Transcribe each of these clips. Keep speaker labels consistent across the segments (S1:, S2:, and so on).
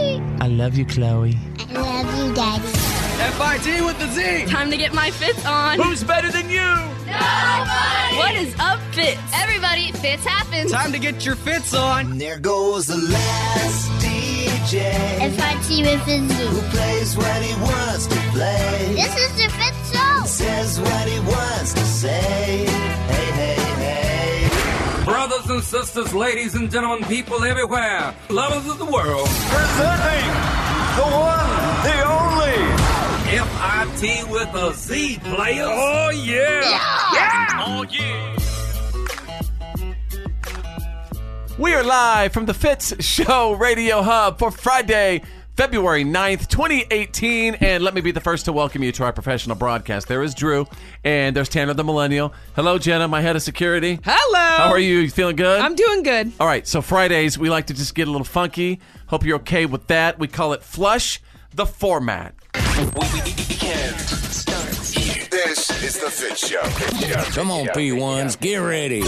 S1: love you, Chloe.
S2: I love you, Daddy.
S3: FIT with the Z.
S4: Time to get my fits on.
S3: Who's better than you?
S4: What is up, fits?
S5: Everybody, fits happens.
S3: Time to get your fits on.
S6: There goes the last DJ
S2: If I see with
S6: who
S2: Fizzy.
S6: plays what he wants to play,
S2: This is the fifth show.
S6: says what he wants to say. Hey, hey, hey.
S7: Brothers and sisters, ladies and gentlemen, people everywhere, lovers of the world,
S8: Presenting the one, the only.
S7: FIT with a Z players.
S8: Oh, yeah.
S9: We are live from the Fitz Show Radio Hub for Friday, February 9th, 2018. And let me be the first to welcome you to our professional broadcast. There is Drew, and there's Tanner the Millennial. Hello, Jenna, my head of security.
S10: Hello.
S9: How are you? You feeling good?
S10: I'm doing good.
S9: All right, so Fridays, we like to just get a little funky. Hope you're okay with that. We call it Flush the Format.
S8: This is the Fit Show. Come on,
S7: P1s, get ready.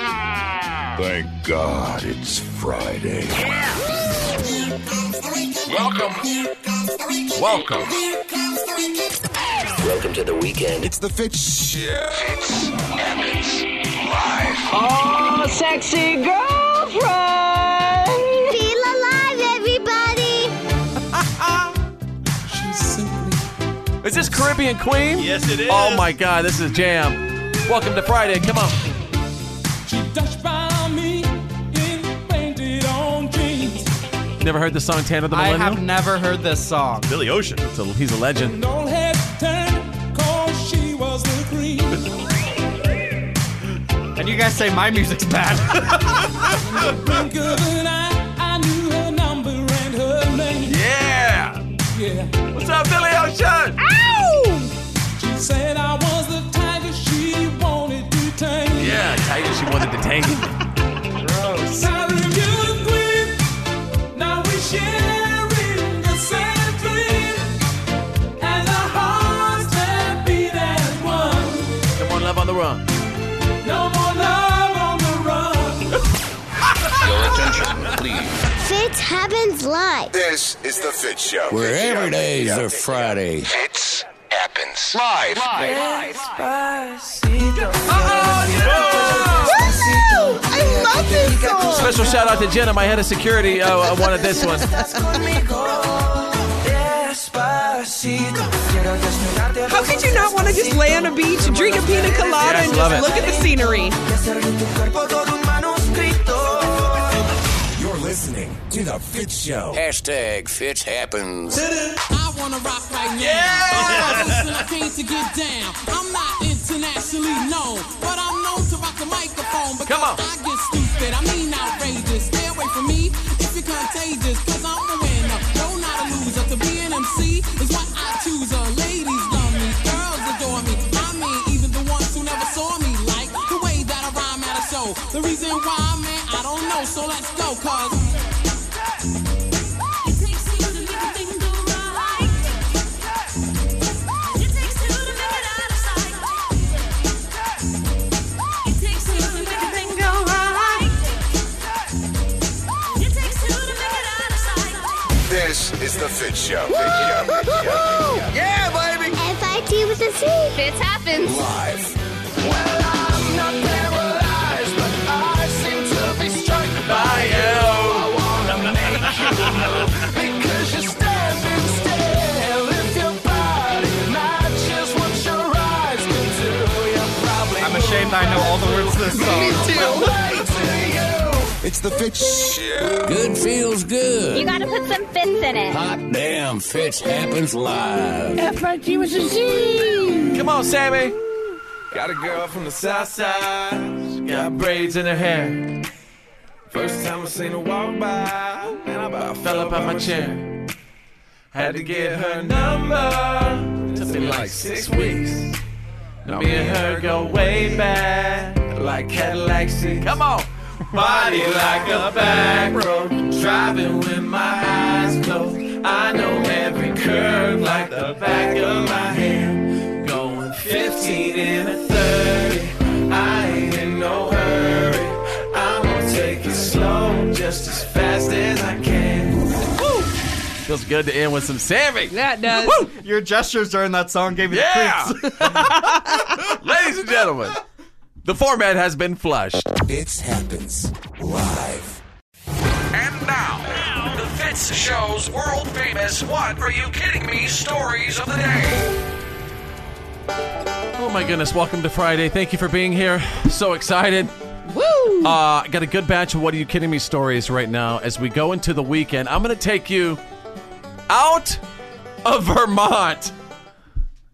S8: Thank God it's Friday.
S7: Welcome.
S8: It's the Fit Show.
S10: Oh, sexy girlfriend.
S2: Feel alive, everybody.
S9: Is this Caribbean Queen?
S3: Yes, it is.
S9: Oh, my God, this is a jam. Welcome to Friday. Come on. Never heard the song Tanner the
S3: I
S9: Millennial?
S3: have never heard this song.
S9: Billy Ocean. he's a legend.
S3: And you guys say my music's bad.
S9: Yeah. Yeah. What's up, Billy Ocean? Yeah, Tiger. She wanted to take it. Come on, love on the run.
S2: Fitz happens live.
S8: This is the Fit Show.
S6: Where every day is a Friday.
S8: Fits happens live.
S2: Woo! I love this song.
S9: Special shout out to Jenna, my head of security. Oh, I wanted this one.
S10: How could you not want to just lay on a beach, drink a pina colada,
S9: Yes,
S10: and
S9: love
S10: just
S9: it.
S10: look at the scenery?
S8: You're listening to the Fit Show.
S6: Hashtag Fitz happens.
S11: I wanna rock right now. I came to get down. I'm not internationally known, but I'm known to rock the microphone because
S9: Come on.
S11: I get stupid. I mean outrageous. Stay away from me if you're contagious, cause I'm a winner. No, not a loser. To be an MC is what I choose. Uh, ladies love me, girls adore me. I mean, even the ones who never saw me like the way that I rhyme at a show. The reason why, man, I don't know. So let's go, cause.
S8: This is the Fit Show.
S3: yeah, baby.
S2: FIT with a C.
S5: Fits happens.
S3: I'm ashamed I know all the words to this song.
S8: It's the Fit Show.
S6: Good feels good.
S5: You gotta put some fits in it.
S6: Hot damn, Fitz happens live.
S9: Come on, Sammy.
S8: Got a girl from the south side.
S9: She got braids in her hair.
S8: First time I seen her walk by, and I about
S9: Fell up out my chair. Had to get her number. Took me like six weeks. Now me and her go way back.
S8: like Cadillac seats.
S9: Come on.
S8: Body like a back road, driving with my eyes closed. I know every curve like the back of my hand. Going 15 and a 30, I ain't in no hurry. I'm gonna take it
S12: just as fast as I can.
S9: Feels good to end with some Sammy.
S11: That does.
S3: Your gestures during that song gave me
S9: Yeah.
S3: the creeps.
S9: Ladies and gentlemen, the format has been flushed.
S13: It happens live.
S7: And now, the Fitz Show's world famous What Are You Kidding Me stories of the day.
S9: Oh my goodness, welcome to Friday. Thank you for being here. So excited.
S11: Woo!
S9: Uh, got a good batch of What Are You Kidding Me stories right now as we go into the weekend. I'm going to take you out of Vermont.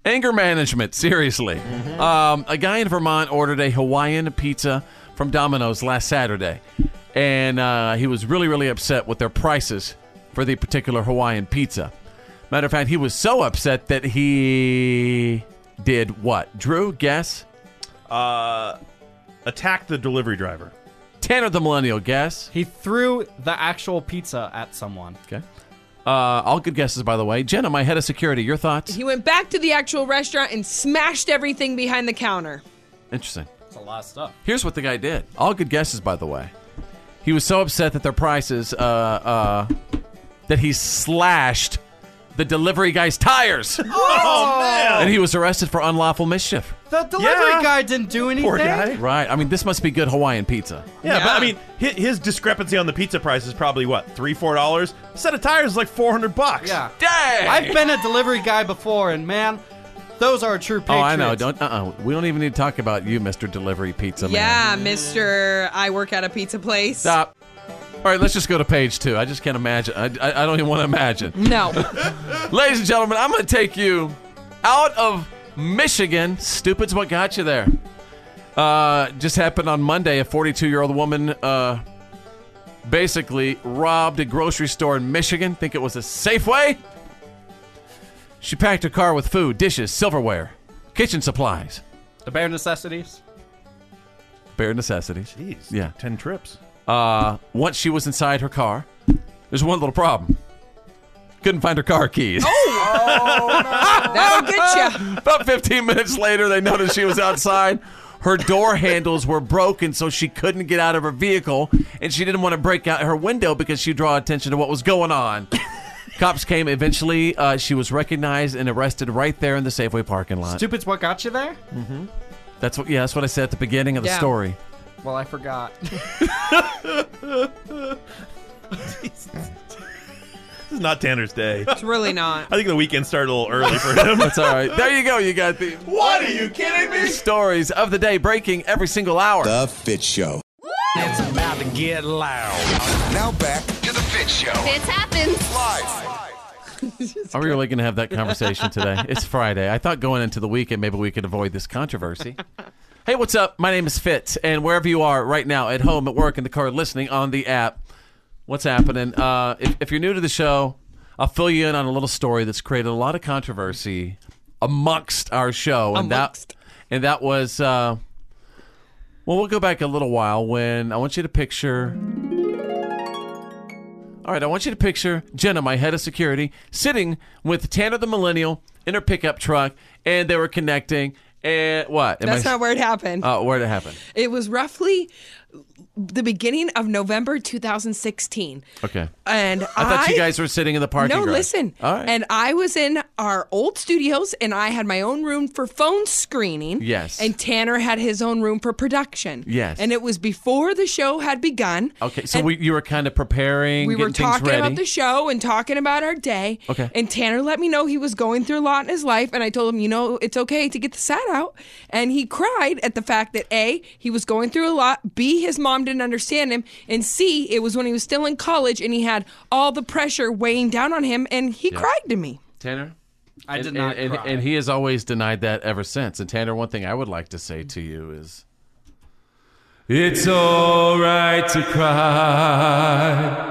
S9: Anger management, seriously. Um, a guy in Vermont ordered a Hawaiian pizza from Domino's last Saturday, and uh, he was really, really upset with their prices for the particular Hawaiian pizza. Matter of fact, he was so upset that he did what? Drew, guess?
S8: Uh, Attack the delivery driver.
S9: Tanner the Millennial, guess?
S3: He threw the actual pizza at someone.
S9: Okay. Uh, all good guesses, by the way. Jenna, my head of security, your thoughts?
S11: He went back to the actual restaurant and smashed everything behind the counter.
S9: Interesting.
S3: That's a lot of stuff.
S9: Here's what the guy did. All good guesses, by the way. He was so upset that their prices, uh, uh, that he slashed the delivery guy's tires,
S8: Oh, man!
S9: and he was arrested for unlawful mischief.
S3: The delivery
S8: Yeah.
S3: guy didn't do anything.
S8: Poor guy. Yeah,
S9: Right. I mean, this must be good Hawaiian pizza.
S8: but I mean, hi- his discrepancy on the pizza price is probably what three, four dollars. A set of tires is like four hundred bucks.
S3: Yeah.
S9: Dang.
S3: I've been a delivery guy before, and man, those are true patriots.
S9: oh, I know. Don't. Uh. uh We don't even need to talk about you, Mister Delivery Pizza Man.
S11: Yeah, Ah, Mister. I work at a pizza place.
S9: Stop. All right. Let's just go to page two. I just can't imagine. I, I, I don't even want to imagine.
S11: No.
S9: Ladies and gentlemen, I'm going to take you out of Michigan. Stupid's what got you there. Uh, just happened on Monday. A 42 year old woman uh, basically robbed a grocery store in Michigan. Think it was a Safeway. She packed her car with food, dishes, silverware, kitchen supplies,
S3: The bare necessities.
S9: bare necessities.
S8: Jeez.
S9: Yeah.
S8: Ten trips.
S9: Uh, once she was inside her car, there's one little problem. Couldn't find her car keys.
S11: Oh, That'll get you.
S9: About 15 minutes later, they noticed she was outside. Her door handles were broken, so she couldn't get out of her vehicle, and she didn't want to break out her window because she'd draw attention to what was going on. Cops came. Eventually, uh, she was recognized and arrested right there in the Safeway parking lot. Mm-hmm.
S3: Stupid's what got you there?
S9: That's what. Yeah, that's what I said at the beginning of the
S11: Yeah.
S9: story.
S3: Well, I forgot.
S8: This is not Tanner's day.
S11: It's really not.
S8: I think the weekend started a little early for him.
S9: That's all right. There you go. You got the
S8: what are you kidding me?
S9: stories of the day breaking every single hour.
S13: The Fit Show.
S8: It's about to get loud.
S13: Now back
S7: To the Fitz Show.
S5: Fits happens.
S13: live.
S9: Are we really going to have that conversation today? It's Friday. I thought going into the weekend, maybe we could avoid this controversy. hey, what's up? My name is Fitz, and wherever you are right now, at home, at work, in the car, listening on the app, what's happening? Uh, if, if you're new to the show, I'll fill you in on a little story that's created a lot of controversy amongst our show, and
S11: Amongst.
S9: that and that was. Uh, well, we'll go back a little while when I want you to picture. All right, I want you to picture Jenna, my head of security, sitting with Tanner the Millennial in her pickup truck, and they were connecting. And what? Am
S11: That's
S9: I-
S11: not where it happened.
S9: Uh, where'd it happen?
S11: It was roughly the beginning of November 2016.
S9: Okay.
S11: And I,
S9: I thought you guys were sitting in the parking
S11: No,
S9: garage.
S11: listen.
S9: All right.
S11: And I was in our old studios and I had my own room for phone screening.
S9: Yes.
S11: And Tanner had his own room for production.
S9: Yes.
S11: And it was before the show had begun.
S9: okay, so
S11: And
S9: we, you were kind of preparing,
S11: we
S9: getting
S11: were
S9: things
S11: talking
S9: ready.
S11: about the show and talking about our day.
S9: Okay.
S11: And Tanner let me know he was going through a lot in his life. And I told him, you know, it's okay to get the sad out. And he cried at the fact that A, he was going through a lot. B, his mom didn't understand him. And C, it was when he was still in college and he had all the pressure weighing down on him. And he cried to me.
S9: Tanner?
S3: I did
S9: and,
S3: not
S9: and,
S3: cry.
S9: and he has always denied that ever since. And Tanner, one thing I would like to say to you is It's all right to cry.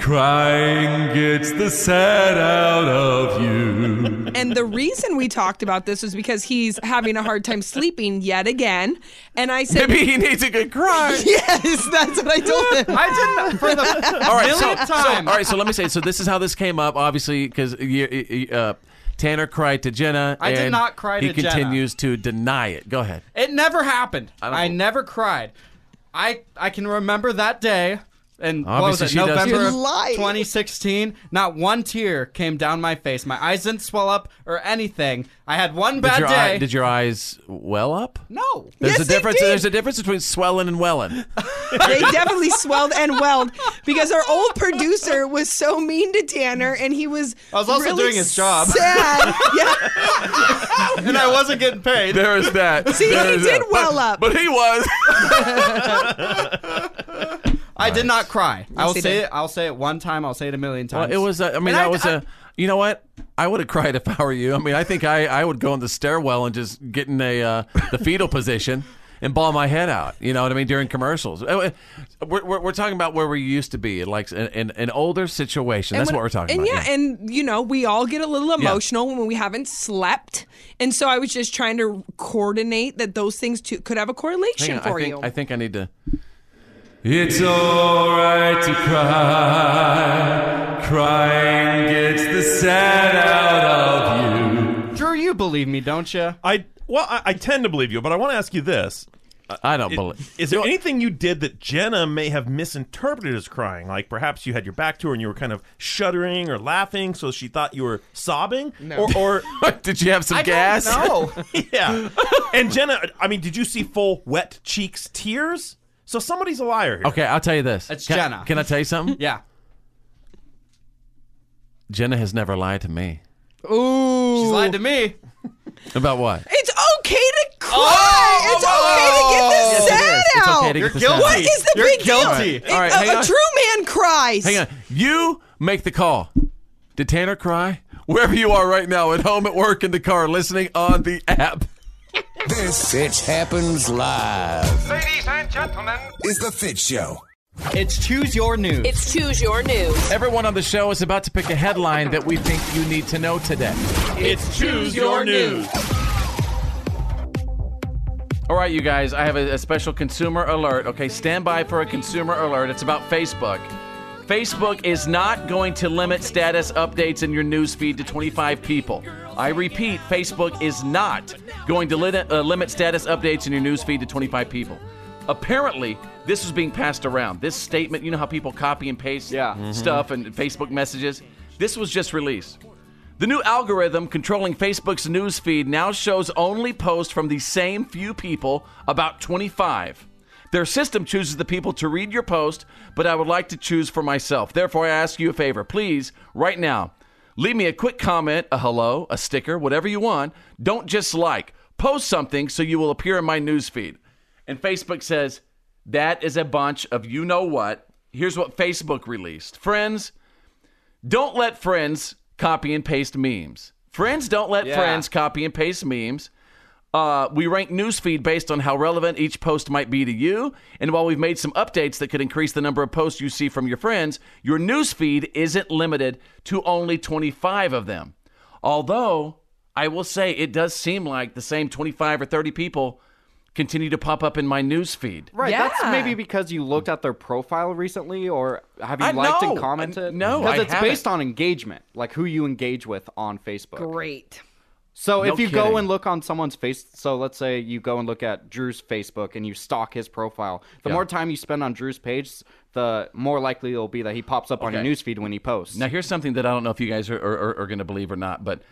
S9: Crying gets the sad out of you.
S11: And the reason we talked about this was because he's having a hard time sleeping yet again. And I said,
S9: Maybe he needs a good cry.
S11: Yes, that's what I told him.
S3: I didn't for the
S9: All right, so,
S3: millionth time.
S9: so- all right, so let me say. So this is how this came up, obviously, because uh, Tanner cried to Jenna.
S3: I did
S9: and
S3: not cry
S9: He
S3: to Jenna.
S9: continues to deny it. Go ahead.
S3: It never happened.
S9: don't-
S3: I, never cried. I I can remember that day. And what was
S9: Obviously
S3: it,
S9: she does.
S3: November of
S9: You lied.
S3: 2016? Not one tear came down my face. My eyes didn't swell up or anything. I had one bad
S9: did, your
S3: day.
S9: eye- did your eyes well up?
S3: No.
S9: There's
S11: Yes,
S9: a
S11: they
S9: difference.
S11: did.
S9: There's a difference between swelling and welling.
S11: they definitely swelled and welled because our old producer was so mean to Tanner, and he was. I
S3: was also
S11: really
S3: doing his job.
S11: Sad. yeah.
S3: and I wasn't getting paid.
S9: There is that.
S11: See,
S9: There
S11: he
S9: is
S11: did
S9: that.
S11: well up.
S9: But he was.
S3: I did not cry. I will
S9: he
S3: say
S9: did.
S3: it. I'll say it one time. I'll say it a million
S9: Well,
S3: times.
S9: it was. A, I mean,
S3: And
S9: that
S3: I-
S9: was a. You know what? I would have cried if I were you. I mean, I think I, I would go in the stairwell and just get in a uh, the fetal position and ball my head out. You know what I mean? During commercials, Uh, we're, we're, we're talking about where we used to be, like in, in an older situation. That's
S11: when-
S9: what we're talking
S11: and
S9: about.
S11: yeah, and you know, we all get a little
S9: Yeah.
S11: emotional when we haven't slept. And so I was just trying to coordinate that those things too, could have a correlation
S9: Hang on,
S11: for
S9: I think,
S11: you.
S9: I think I need to.
S14: It's alright to cry. Crying gets the sad out of you.
S3: Drew, you believe me, don't you?
S8: I well, I, I tend to believe you, but I want to ask you this.
S9: I don't
S8: believe. Is there anything you did that Jenna may have misinterpreted as crying? Like perhaps you had your back to her and you were kind of shuddering or laughing, so she thought you were sobbing.
S9: No.
S8: Or, or
S9: did you have some gas?
S3: No.
S8: yeah. And Jenna, I mean, did you see full wet cheeks, tears? So somebody's a liar here.
S9: Okay, I'll tell you this.
S3: It's
S9: can,
S3: Jenna.
S9: Can I tell you something?
S3: yeah.
S9: Jenna has never lied to me.
S11: Ooh.
S3: She's lied to me.
S9: About what?
S11: It's okay to cry. it's okay to get the
S9: Yes, it
S11: sad
S9: is. It's
S11: out.
S9: okay to You're get the sad guilty. out.
S11: What is the
S9: You're
S11: big
S9: guilty.
S11: deal?
S9: All right,
S11: It- a-
S9: hang
S11: a,
S9: on.
S11: true man cries.
S9: Hang on. You make the call. Did Tanner cry? Wherever you are right now, at home, at work, in the car, listening on the app.
S6: This Fitch happens live.
S7: Ladies and gentlemen,
S6: It's the Fitch Show.
S3: It's choose your news.
S4: It's choose your news.
S9: Everyone on the show is about to pick a headline that we think you need to know today.
S8: It's
S9: Choose Your News. All right, you guys, I have a, a special consumer alert. Okay, stand by for a consumer alert. It's about Facebook. Facebook is not going to limit status updates in your newsfeed to 25 people. I repeat, Facebook is not going to lit- uh, limit status updates in your newsfeed to 25 people. Apparently, this was being passed around. This statement, you know how people copy and paste stuff and Facebook messages? This was just released. The new algorithm controlling Facebook's news feed now shows only posts from the same few people, about 25. Their system chooses the people to read your post, but I would like to choose for myself. Therefore, I ask you a favor. Please, right now, leave me a quick comment, a hello, a sticker, whatever you want. Don't just like. Post something so you will appear in my news feed. And Facebook says, that is a bunch of you know what. Here's what Facebook released. Friends, don't let friends copy and paste memes. Friends don't let
S3: Yeah.
S9: friends copy and paste memes. Uh, we rank newsfeed based on how relevant each post might be to you. And while we've made some updates that could increase the number of posts you see from your friends, your newsfeed isn't limited to only 25 of them. Although, I will say it does seem like the same 25 or 30 people continue to pop up in my newsfeed.
S3: Right. That's
S9: Yeah.
S3: maybe because you looked at their profile recently, or have you
S9: I-
S3: liked and
S9: no.
S3: commented?
S9: No,
S3: because
S9: I
S3: it's
S9: haven't.
S3: based on engagement, like who you engage with on Facebook.
S11: Great.
S3: So
S9: No
S3: if you
S9: kidding.
S3: go and look on someone's face, so let's say you go and look at Drew's Facebook and you stalk his profile, the
S9: Yeah.
S3: more time you spend on Drew's page, the more likely it'll be that he pops up on your
S9: Okay.
S3: newsfeed when he posts.
S9: Now, here's something that I don't know if you guys are, are, are- are going to believe or not, but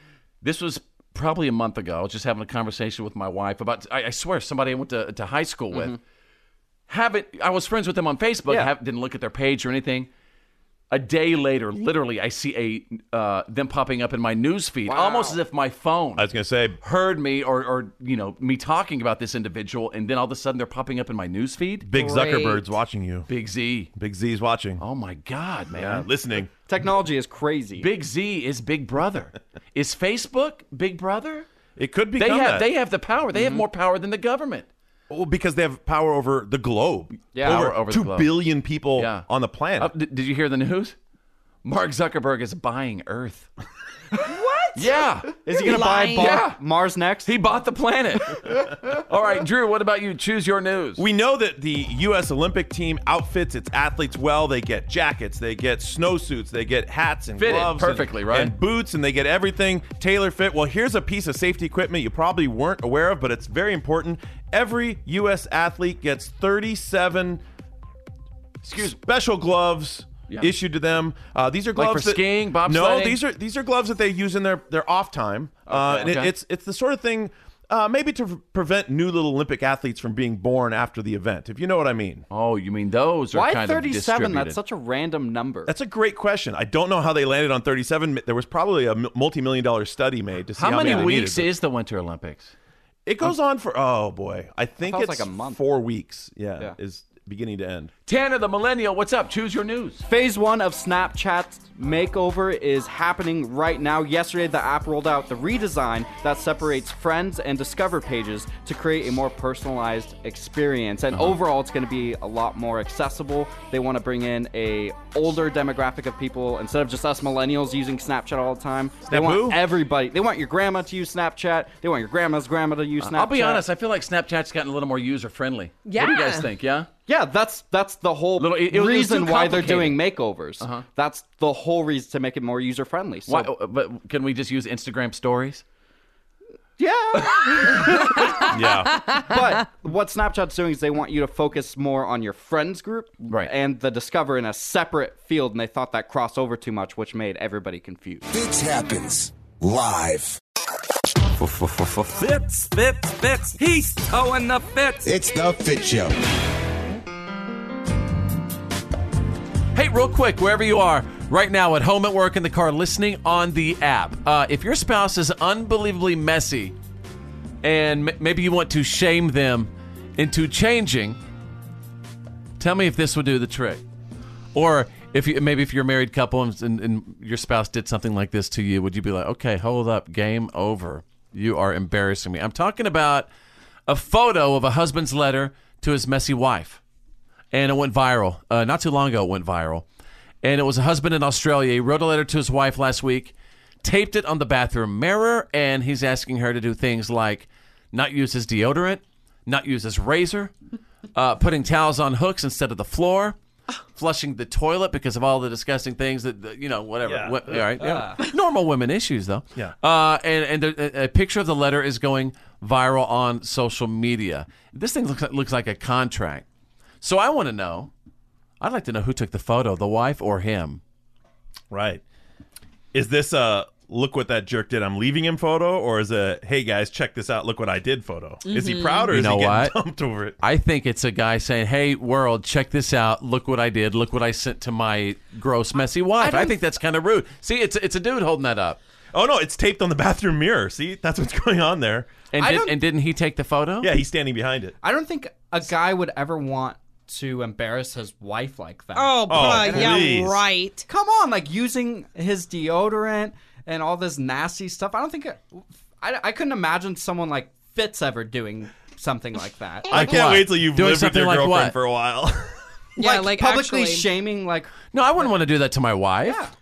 S9: this was probably a month ago. I was just having a conversation with my wife about, I, I swear, somebody I went to, to high school with.
S3: Mhm.
S9: Haven't, I was friends with them on Facebook,
S3: Yeah.
S9: have, didn't look at their page or anything. A day later,
S3: Mm-hmm.
S9: literally, I see a uh, them popping up in my news feed, almost as if my phone. I was
S8: going to say
S9: heard me or, or you know me talking about this individual, and then all of a sudden they're popping up in my news feed.
S8: Big Zuckerberg's watching you.
S9: Big Z.
S8: Big Z's watching.
S9: Oh my God, man!
S8: Yeah, listening.
S3: Technology is crazy.
S9: Big Z is Big Brother. is Facebook Big Brother?
S8: It could
S9: They
S8: become
S9: have
S8: that.
S9: they have the power. They have more power than the government.
S8: Well, because they have power over the globe.
S9: Yeah.
S8: over,
S9: Power over the
S8: two
S9: globe.
S8: billion people on the planet.
S9: Uh, d- did you hear the news? Mark Zuckerberg is buying Earth. what? Yeah.
S3: Is he You're gonna buy lying. Bar- Mars next?
S9: He bought the planet. All right, Drew. What about you? Choose your news.
S8: We know that the U.S. Olympic team outfits its athletes well. They get jackets, they get snowsuits, they get hats and
S9: Fitted
S8: gloves, and-
S9: perfectly, right?
S8: And boots, and they get everything tailor fit. Well, here's a piece of safety equipment you probably weren't aware of, but it's very important. Every U.S. athlete gets 37
S9: Excuse
S8: special gloves issued to them. Uh, these are
S9: Like
S8: gloves
S9: for
S8: that-
S9: skiing,
S8: No,
S9: bobsledding?
S8: these are these are gloves that they use in their their off time. Uh,
S9: Okay.
S8: and it-
S9: Oh, Okay.
S8: it's it's the sort of thing. Uh, maybe to pre- prevent new little Olympic athletes from being born after the event, if you know what I mean.
S9: Oh, you mean those
S3: Why 37? That's such a random number.
S8: That's a great question. I don't know how they landed on 37. There was probably a m- multi-million dollar study made to see how,
S9: How many
S8: they
S9: weeks
S8: needed,
S9: is the Winter Olympics?
S8: but It goes on for oh boy, I think
S9: thought it
S8: it's
S9: was like a month.
S8: Four weeks. Yeah,
S9: Yeah.
S8: is beginning to end.
S9: Tanner the Millennial, what's up? Choose your news.
S3: Phase one of Snapchat's makeover is happening right now. Yesterday, the app rolled out the redesign that separates friends and discover pages to create a more personalized experience.
S9: Uh-huh.
S3: And overall, it's going to be a lot more accessible. They want to bring in a older demographic of people instead of just us millennials using Snapchat all the time. They
S9: Snapoo?
S3: want everybody. They want your grandma to use Snapchat. They want your grandma's grandma to use Snapchat.
S9: I'll be honest, I feel like Snapchat's gotten a little more user friendly. What do you guys
S3: Yeah.
S9: think? Yeah?
S3: Yeah, that's that's the whole
S9: it- it was- it was
S3: reason
S9: too
S3: why they're
S9: complicated. Uh-huh.
S3: doing makeovers. That's the whole reason to make it more user friendly. So
S9: Why, oh, but can we just use Instagram stories?
S8: Yeah.
S3: but what Snapchat's doing is they want you to focus more on your friends group and the Discover in a separate field, and they thought that crossed over too much, which made everybody confused.
S6: Fitz happens live.
S15: Fitz, Fitz, Fitz. He's towing the Fitz.
S6: It's the Fit Show.
S9: Hey, real quick, wherever you are, right now at home, at work, in the car, listening on the app, uh, if your spouse is unbelievably messy and m- maybe you want to shame them into changing, tell me if this would do the trick. Or if you, maybe if you're a married couple and, and, and your spouse did something like this to you, would you be like, okay, hold up, game over. You are embarrassing me. I'm talking about a photo of a husband's letter to his messy wife and it went viral. Uh, not too long ago, it went viral. And it was a husband in Australia. He wrote a letter to his wife last week, taped it on the bathroom mirror, and he's asking her to do things like not use his deodorant, not use his razor, uh, putting towels on hooks instead of the floor. Flushing the toilet because of all the disgusting things that that, you know, whatever.
S8: Yeah.
S9: What- all right, yeah.
S8: Ah.
S9: normal women issues though.
S8: Yeah.
S9: Uh, and and there, a- a picture of the letter is going viral on social media. This thing looks like, looks like a contract. So I want to know. I'd like to know who took the photo, the wife or him.
S8: Right. Is this a look what that jerk did? I'm leaving him photo, or is a hey guys check this out? Look what I did photo. Is he proud or
S9: you
S8: is
S9: know
S8: he getting
S9: what?
S8: dumped over it?
S9: I think it's a guy saying, "Hey, world, check this out. Look what I did. Look what I sent to my gross, messy wife." I, think that's kind of rude. See, it's it's a dude holding that up.
S8: Oh no, it's taped on the bathroom mirror. See, that's what's going on there.
S9: And
S3: I
S9: did,
S3: don't-
S9: and didn't he take the photo?
S8: Yeah, he's standing behind it.
S3: I don't think a guy would ever want to embarrass his wife like that.
S11: Oh, boy, yeah, please.
S3: right. Come on, like using his deodorant and all this nasty stuff. I don't think I, I couldn't imagine someone like Fitz ever doing something like that.
S8: I can't wait till you've lived with your girlfriend for a while.
S11: Yeah,
S3: like,
S11: like,
S3: publicly
S11: actually-
S3: shaming like
S9: No, I wouldn't want to do that to my wife.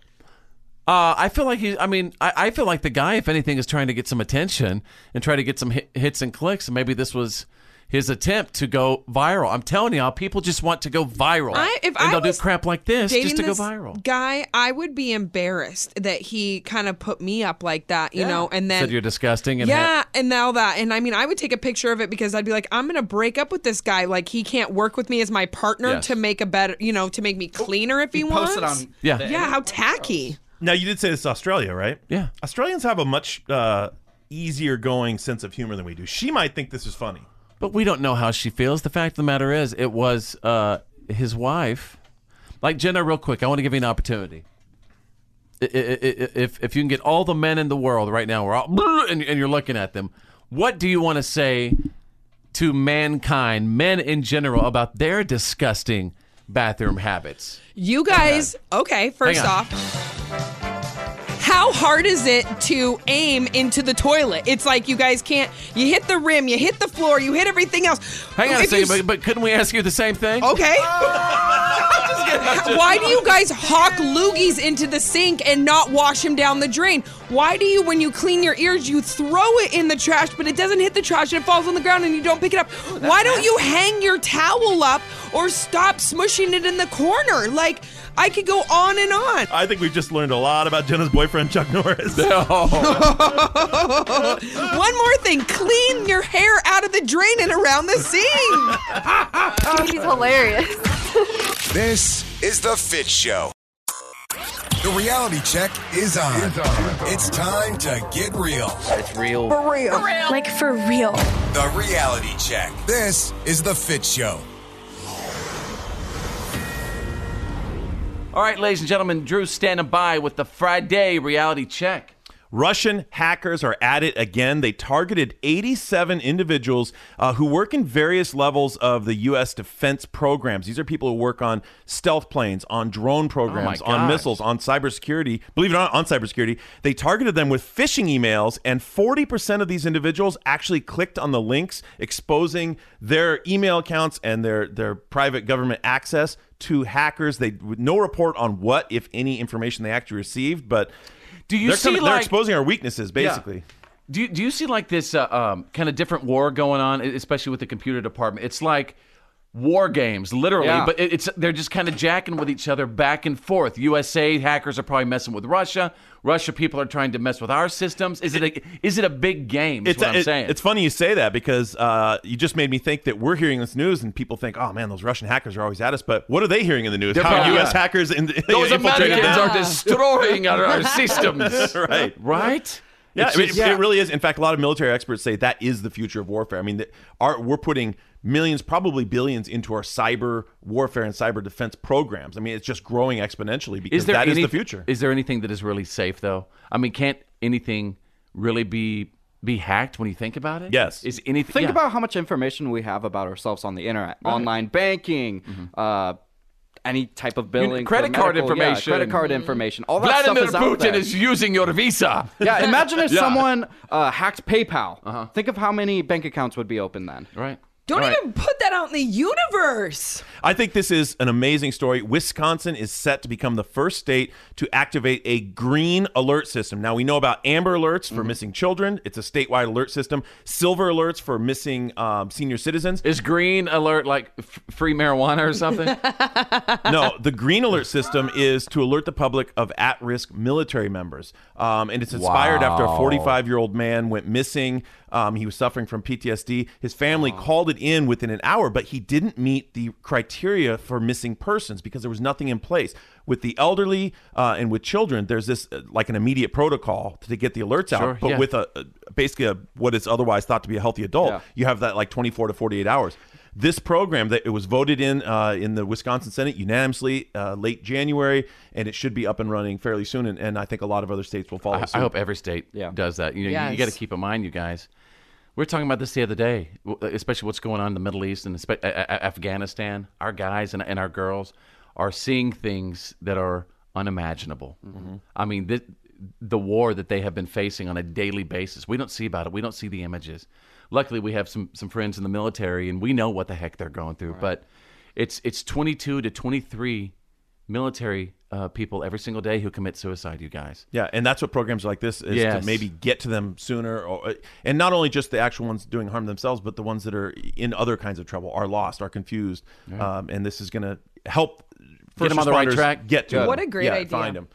S9: Uh, I feel like he. I mean, I, I feel like the guy, if anything, is trying to get some attention and try to get some hit, hits and clicks. And maybe this was his attempt to go viral. I'm telling you, people just want to go viral.
S11: I- if
S9: and
S11: I
S9: they'll
S11: was
S9: do crap like this just
S11: Dating
S9: to go
S11: this
S9: viral.
S11: guy, I would be embarrassed that he kind of put me up like that, you know, and then
S9: Said you're disgusting. And
S11: yeah,
S9: had-
S11: and now that, and I mean, I would take a picture of it because I'd be like, I'm gonna break up with this guy. Like he can't work with me as my partner
S8: Yes.
S11: to make a better, you know, to make me cleaner if he, wants.
S8: posted on
S11: yeah,
S8: the-
S11: yeah, how tacky.
S8: Now you did say this is Australia, right?
S9: Yeah.
S8: Australians have a much uh, easier going sense of humor than we do. She might think this is funny.
S9: But we don't know how she feels. The fact of the matter is, it was uh, his wife. Like Jenna, real quick, I want to give you an opportunity. I- I- I- I- If if you can get all the men in the world right now, we're all and, and you're looking at them. What do you want to say to mankind, men in general, about their disgusting bathroom habits?
S11: You guys, okay, first
S9: Hang on.
S11: off. How hard is it to aim into the toilet? It's like you guys can't. You hit the rim, you hit the floor, you hit everything else.
S9: Hang on a
S11: If Oh. you
S9: second, but, but couldn't we ask you the same thing?
S11: Okay. Why do you guys hawk loogies into the sink and not wash them down the drain? Why do you, when you clean your ears, you throw it in the trash, but it doesn't hit the trash and it falls on the ground and you don't pick it up? Why don't you hang your towel up or stop smushing it in the corner? Like, I could go on and on.
S8: I think we've just learned a lot about Jenna's boyfriend Chuck Norris.
S11: One more thing clean your hair out of the drain and around the sink.
S5: He's hilarious.
S6: This is The Fit Show. The reality check is on. It's, time to get real. It's real.
S16: real. Like for real.
S6: The reality check. This is The Fit Show.
S9: All right, ladies and gentlemen, Drew's standing by with the Friday reality check.
S8: Russian hackers are at it again. They targeted 87 individuals uh, who work in various levels of the U.S. defense programs. These are people who work on stealth planes, on drone programs, on
S9: gosh.
S8: missiles, on cybersecurity. Believe it or not, on cybersecurity. They targeted them with phishing emails, and 40% of these individuals actually clicked on the links exposing their email accounts and their, their private government access to hackers. They no report on what, if any, information they actually received, but.
S9: Do you
S8: they're
S9: see,
S8: they're
S9: like-
S8: exposing our weaknesses basically?
S9: Yeah. Do you, do you see like this uh, um, kind of different war going on, e, especially with the computer department? It's like war games, literally,
S3: Yeah.
S9: but it, it's they're just kind of jacking with each other back and forth. USA hackers are probably messing with Russia. Russia people are trying to mess with our systems. Is it a, is it a big game? Is
S8: It's,
S9: what I'm
S8: it-
S9: saying.
S8: it's funny you say that because uh, you just made me think that we're hearing this news and people think, oh man, those Russian hackers are always at us. But what are they hearing in the news?
S9: They're
S8: How
S9: probably-
S8: U.S.
S9: yeah.
S8: hackers in
S9: Those Americans are destroying our- our systems.
S8: right?
S9: Right?
S8: Yeah,
S9: It's
S8: I mean,
S9: just-
S8: it-
S9: yeah.
S8: it really is. In fact, a lot of military experts say that is the future of warfare. I mean, that our, we're putting millions, probably billions, into our cyber warfare and cyber defense programs. I mean, it's just growing exponentially because
S9: is there
S8: that is
S9: any-
S8: the future.
S9: Is there anything that is really safe though? I mean, can't anything really be be hacked when you think about it?
S3: Yes.
S9: Is anything?
S3: Think
S9: yeah.
S3: about how much information we have about ourselves on the internet, online banking, uh, any type of
S9: You-
S3: billing, for
S9: Mm-hmm. credit card
S3: medical- yeah,
S9: information,
S3: credit card
S16: Mm-hmm.
S3: information. All that
S9: Vladimir
S3: stuff is out
S9: Putin
S3: there.
S9: is using your visa.
S3: yeah, imagine if
S9: Yeah. Uh-huh.
S3: someone uh, hacked PayPal. Think of how many bank accounts would be open then.
S9: Right.
S16: Don't even put that out in the universe.
S8: I think this is an amazing story. Wisconsin is set to become the first state to activate a green alert system. Now, we know about amber alerts for missing children, it's a statewide alert system, silver alerts for missing um, senior citizens.
S9: Is green alert like f- free marijuana or something?
S8: no, the green alert system is to alert the public of at risk military members. Um, and it's inspired after a
S9: Wow.
S8: 45 year old man went missing. Um, he was suffering from PTSD. His family called it in within an hour, but he didn't meet the criteria for missing persons because there was nothing in place. With the elderly uh, and with children, there's this uh, like an immediate protocol to get the alerts out.
S9: Sure,
S8: but
S9: yeah.
S8: with a, a- basically a, what is otherwise thought to be a healthy adult,
S9: Yeah.
S8: you have that like 24 to 48 hours. This program that it was voted in uh, in the Wisconsin Senate unanimously uh, late January, and it should be up and running fairly soon. And, and I think a lot of other states will follow.
S9: I,
S8: suit.
S9: I hope every state does that. You know, you- you,
S8: Yes.
S9: got to keep in mind, you guys. We were talking about this the other day, w- uh, especially what's going on in the Middle East and espe- A- A- Afghanistan. Our guys and, and our girls are seeing things that are unimaginable.
S17: Mhm.
S9: I mean, the, the war that they have been facing on a daily basis. We don't see about it. We don't see the images. Luckily, we have some some friends in the military, and we know what the heck they're going through. But it's it's 22 to 23 military uh, people every single day who commit suicide. You guys.
S8: Yeah, and that's what programs like this is
S9: Yes.
S8: to maybe get to them sooner, or, uh, and not only just the actual ones doing harm themselves, but the ones that are in other kinds of trouble, are lost, are confused,
S9: Right.
S8: um, and this is going to help
S9: Get
S8: first
S9: 'em on the right
S8: responders
S9: track.
S8: Get to
S9: Good.
S8: them.
S9: What a great
S8: Yeah,
S9: idea.
S8: Find them.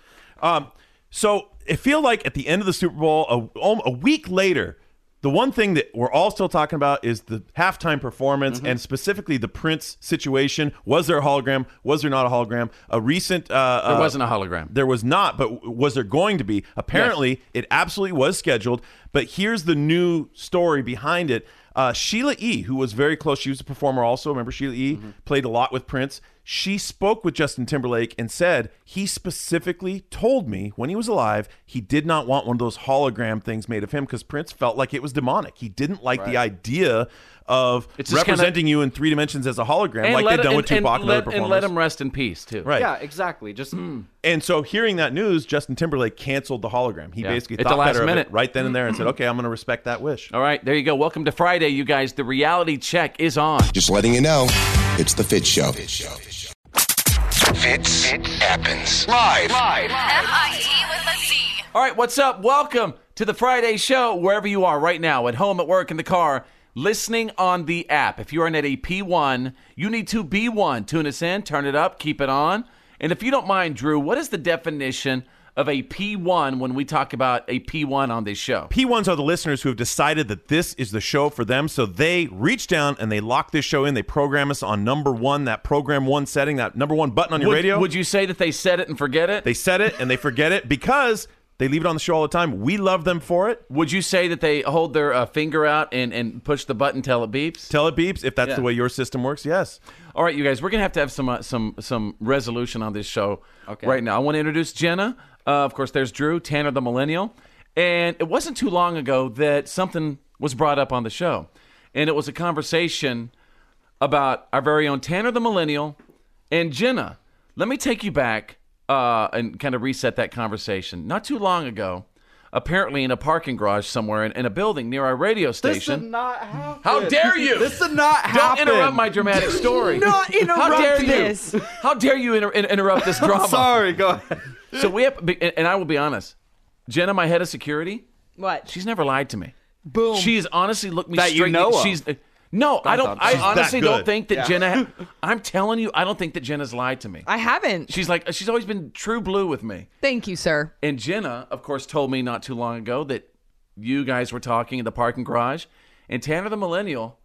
S8: Um, so it feel like at the end of the Super Bowl, a, al- a week later. The one thing that we're all still talking about is the halftime performance
S9: Mm-hmm.
S8: and specifically the Prince situation. Was there a hologram? Was there not a hologram? A recent uh,
S9: There
S8: uh,
S9: wasn't a hologram.
S8: There was not, but w- was there going to be? Apparently, it absolutely was scheduled. But here's the new story behind it. Uh, Sheila E., who was very close, she was a performer also. Remember, Sheila E.
S9: Mm-hmm.
S8: played a lot with Prince. She spoke with Justin Timberlake and said he specifically told me when he was alive he did not want one of those hologram things made of him because Prince felt like it was demonic. He didn't like the idea of
S9: It's just kinda-
S8: representing you in three dimensions as a hologram,
S9: And
S8: like
S9: let-
S8: they've done
S9: and-
S8: with Tupac
S9: and
S8: and, other
S9: let,
S8: performers.
S9: and let them rest in peace too.
S8: Right.
S3: Yeah, exactly. Just
S9: Hmm.
S8: And so, hearing that news, Justin Timberlake canceled the hologram. He
S9: Yeah.
S8: basically
S9: At the
S8: thought
S9: last
S8: better of it
S9: minute. Oh.
S8: right then and there, and said, "Okay, I'm going to respect that wish."
S9: All right, there you go. Welcome to Friday, you guys. The reality check is on.
S6: Just letting you know, it's The Fit Show. Fits happens live.
S5: E
S4: M-I-E with a Z.
S9: All right, what's up? Welcome to the Friday show, wherever you are right now, at home, at work, in the car, listening on the app. If you are net a P1, you need to be one. Tune us in, turn it up, keep it on. And if you don't mind, Drew, what is the definition of a P1 when we talk about a P1 on this show.
S8: P1s are the listeners who have decided that this is the show for them. So they reach down and they lock this show in. They program us on number one, that program one setting, that number one button on your
S9: Would-
S8: radio.
S9: Would you say that they said it and forget it?
S8: They said it and they forget it because they leave it on the show all the time. We love them for it.
S9: Would you say that they hold their uh, finger out and, and push the button till it beeps?
S8: Till it beeps, if that's
S9: Yeah.
S8: the way your system works, yes.
S9: All right, you guys, we're gonna have to have some uh, some some resolution on this show right now. I want to introduce Jenna. Uh, of course, there's Drew Tanner, the millennial, and it wasn't too long ago that something was brought up on the show, and it was a conversation about our very own Tanner, the millennial, and Jenna. Let me take you back uh, and kind of reset that conversation. Not too long ago, apparently in a parking garage somewhere in, in a building near our radio station.
S3: not happen.
S9: How dare you?
S3: This did not
S9: Don't
S3: happen.
S9: interrupt my dramatic story. How dare You? How dare you inter- in- interrupt this
S3: I'm
S9: drama?
S3: sorry, go ahead.
S9: So we have, be- and and I will be honest, Jenna, my head of security.
S16: What?
S9: She's never lied to me. Boom. She's honestly looked me
S3: That you
S9: straight.
S3: know of.
S9: She's uh, no,
S3: thought
S9: I don't. I
S3: she's that
S9: honestly don't
S3: good.
S9: think that
S3: Yeah.
S9: Jenna. I'm telling you, I don't think that Jenna's lied to me.
S16: I haven't.
S9: She's like she's always been true blue with me.
S16: Thank you, sir.
S9: And Jenna, of course, told me not too long ago that you guys were talking in the parking garage, and Tanner the millennial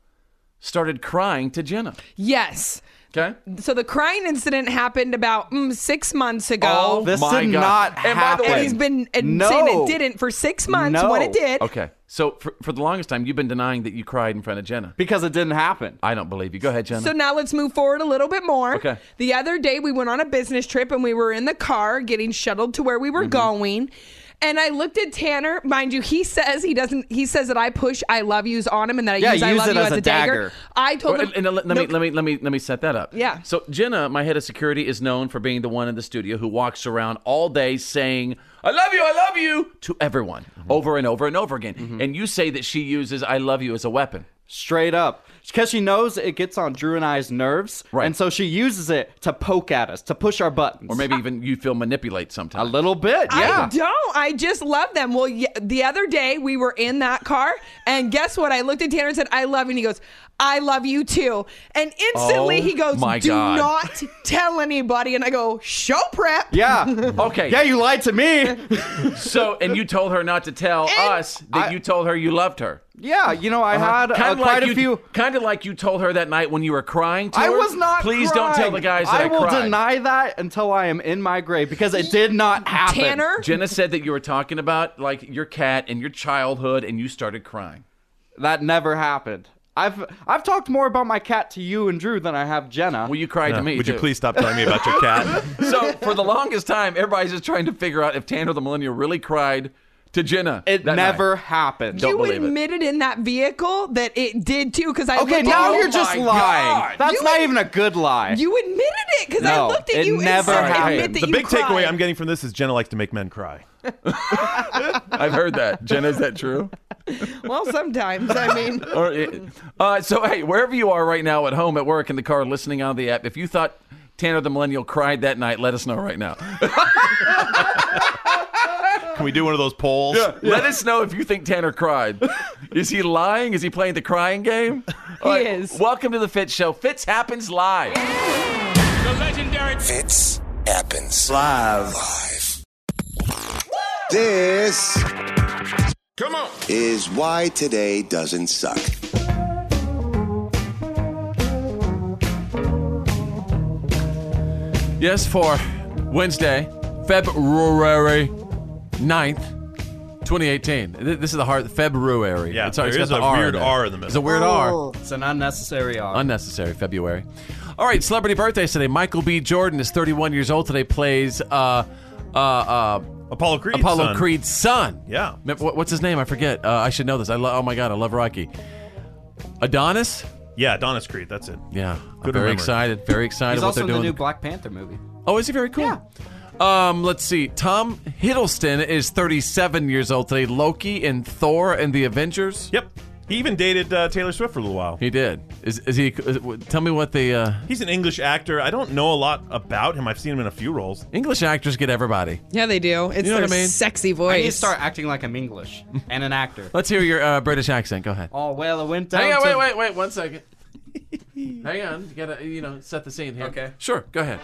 S9: started crying to Jenna.
S16: Yes.
S9: Okay.
S16: So the crying incident happened about mm, six months ago.
S9: Oh, this My did God. not
S16: and by the way,
S9: happen.
S16: he's been ad-
S9: No.
S16: saying it didn't for six months when it did.
S9: Okay. So for, for the longest time, you've been denying that you cried in front of Jenna
S3: because it didn't happen.
S9: I don't believe you. Go ahead, Jenna.
S16: So now let's move forward a little bit more.
S9: Okay.
S16: The other day we went on a business trip and we were in the car getting shuttled to where we
S9: Mm-hmm.
S16: were going. And I looked at Tanner. Mind you, he says he doesn't. He says that I push "I love yous" on him, and that I
S9: Yeah,
S16: use "I
S9: use
S16: love
S9: it
S16: you"
S9: as
S16: as,
S9: a
S16: a dagger.
S9: dagger.
S16: I told
S9: Well,
S16: him.
S9: and, and let, let me let me let me let me set that up.
S16: Yeah.
S9: So Jenna, my head of security, is known for being the one in the studio who walks around all day saying "I love you, I love you" to everyone
S16: Mm-hmm.
S9: over and over and over again. And you say that she uses "I love you" as a weapon.
S3: Straight up. Because she knows it gets on Drew and I's nerves. Right. And so she uses it to poke at us, to push our buttons. Or
S9: maybe even you feel manipulate sometimes.
S3: A little bit, yeah.
S16: I don't. I just love them. Well, y- the other day we were in that car, and guess what? I looked at Tanner and said, "I love," you," and he goes, "I love you too." And instantly
S9: Oh,
S16: he goes,
S9: my
S16: "Do
S9: God."
S16: not tell anybody." And I go, "Show prep."
S3: Yeah.
S9: Okay.
S3: Yeah, you lied to me.
S9: so, and you told her not to tell us that you told her you loved her.
S3: Yeah, you know, I had uh,
S9: Uh-huh. Kinda
S3: quite
S9: like
S3: a
S9: you,
S3: few.
S9: Kind of like you told her that night when you were crying. To
S3: I
S9: her,
S3: was not.
S9: Please don't tell
S3: crying.
S9: the guys that I,
S3: will
S9: cried.
S3: deny that until I am in my grave because it did not happen.
S9: Jenna said that you were talking about like your cat and your childhood, and you started crying.
S3: that never happened. I've I've talked more about my cat to you and Drew than I have Jenna. Well,
S9: you cried to me.
S8: Uh, Would you
S9: too.
S8: please stop telling me about your cat?
S9: So for the longest time, everybody's just trying to figure out if Tanner the Millennial really cried to Jenna. It
S3: never happened.
S9: Don't
S16: you
S9: believe it.
S16: admitted in that vehicle that it did too, because I
S3: Okay,
S9: Oh
S16: looked
S3: now
S16: at you-
S3: you're just lying. That's
S16: You
S3: not
S16: ad-
S3: even a good lie.
S16: You admitted it because I
S3: No,
S16: looked at
S3: it
S16: you and
S3: never
S16: said, "Admit
S3: happened.
S16: that
S8: the
S16: you
S8: big
S16: cried."
S8: takeaway I'm getting from this is Jenna likes to make men cry.
S9: I've heard that. Jenna, is that true?
S16: Well, sometimes I mean.
S9: Or, uh, so hey, wherever you are right now, at home, at work, in the car, listening on the app, if you thought Tanner the Millennial cried that night, let us know right now.
S8: Can we do one of those polls?
S9: Let us know if you think Tanner cried. Is he lying? Is he playing the crying game? He is. Welcome to the Fitz Show. Fitz happens live.
S18: The legendary
S6: Fits happens live. Live. This come on is why today doesn't suck.
S9: Yes, for Wednesday, February 9th, 2018. Th- This is the hard February.
S8: Yeah,
S9: it's, it's
S8: there
S9: got
S8: is
S9: the
S8: a
S9: R
S8: weird
S9: in there.
S8: R in the middle.
S9: It's a weird R.
S3: It's an unnecessary R.
S9: Unnecessary February. All right, celebrity birthdays today. Michael B. Jordan is 31 years old today. Plays uh, uh, uh,
S8: Apollo Creed's
S9: Apollo
S8: son.
S9: Creed's son.
S8: Yeah.
S9: Me- what- What's his name? I forget. Uh, I should know this. I love. Oh my god, I love Rocky. Adonis.
S8: Yeah, Adonis Creed. That's it.
S9: Yeah, I'm
S8: Good
S9: very
S8: memory.
S9: excited. Very excited.
S3: He's
S9: what
S3: also
S9: they're
S3: in the
S9: doing.
S3: new Black Panther movie.
S9: Oh, is he very cool? Um, let's see. Tom Hiddleston is 37 years old today. Loki and Thor and the Avengers.
S8: Yep. He even dated uh, Taylor Swift for a little while.
S9: He did. Is, is he? Is, w- tell me what the uh,
S8: He's an English actor. I don't know a lot about him. I've seen him in a few roles.
S9: English actors get everybody.
S11: Yeah, they do. It's
S9: You know
S11: their
S9: what I mean?
S11: sexy
S3: I
S11: voice.
S3: need to start acting like I'm English and an actor.
S9: Let's hear your uh, British accent. Go ahead.
S3: Oh well, it went down.
S9: Hang on.
S3: to-
S9: Wait. Wait. Wait. One second. Hang on. You gotta you know set the scene here. Okay. Sure. Go ahead.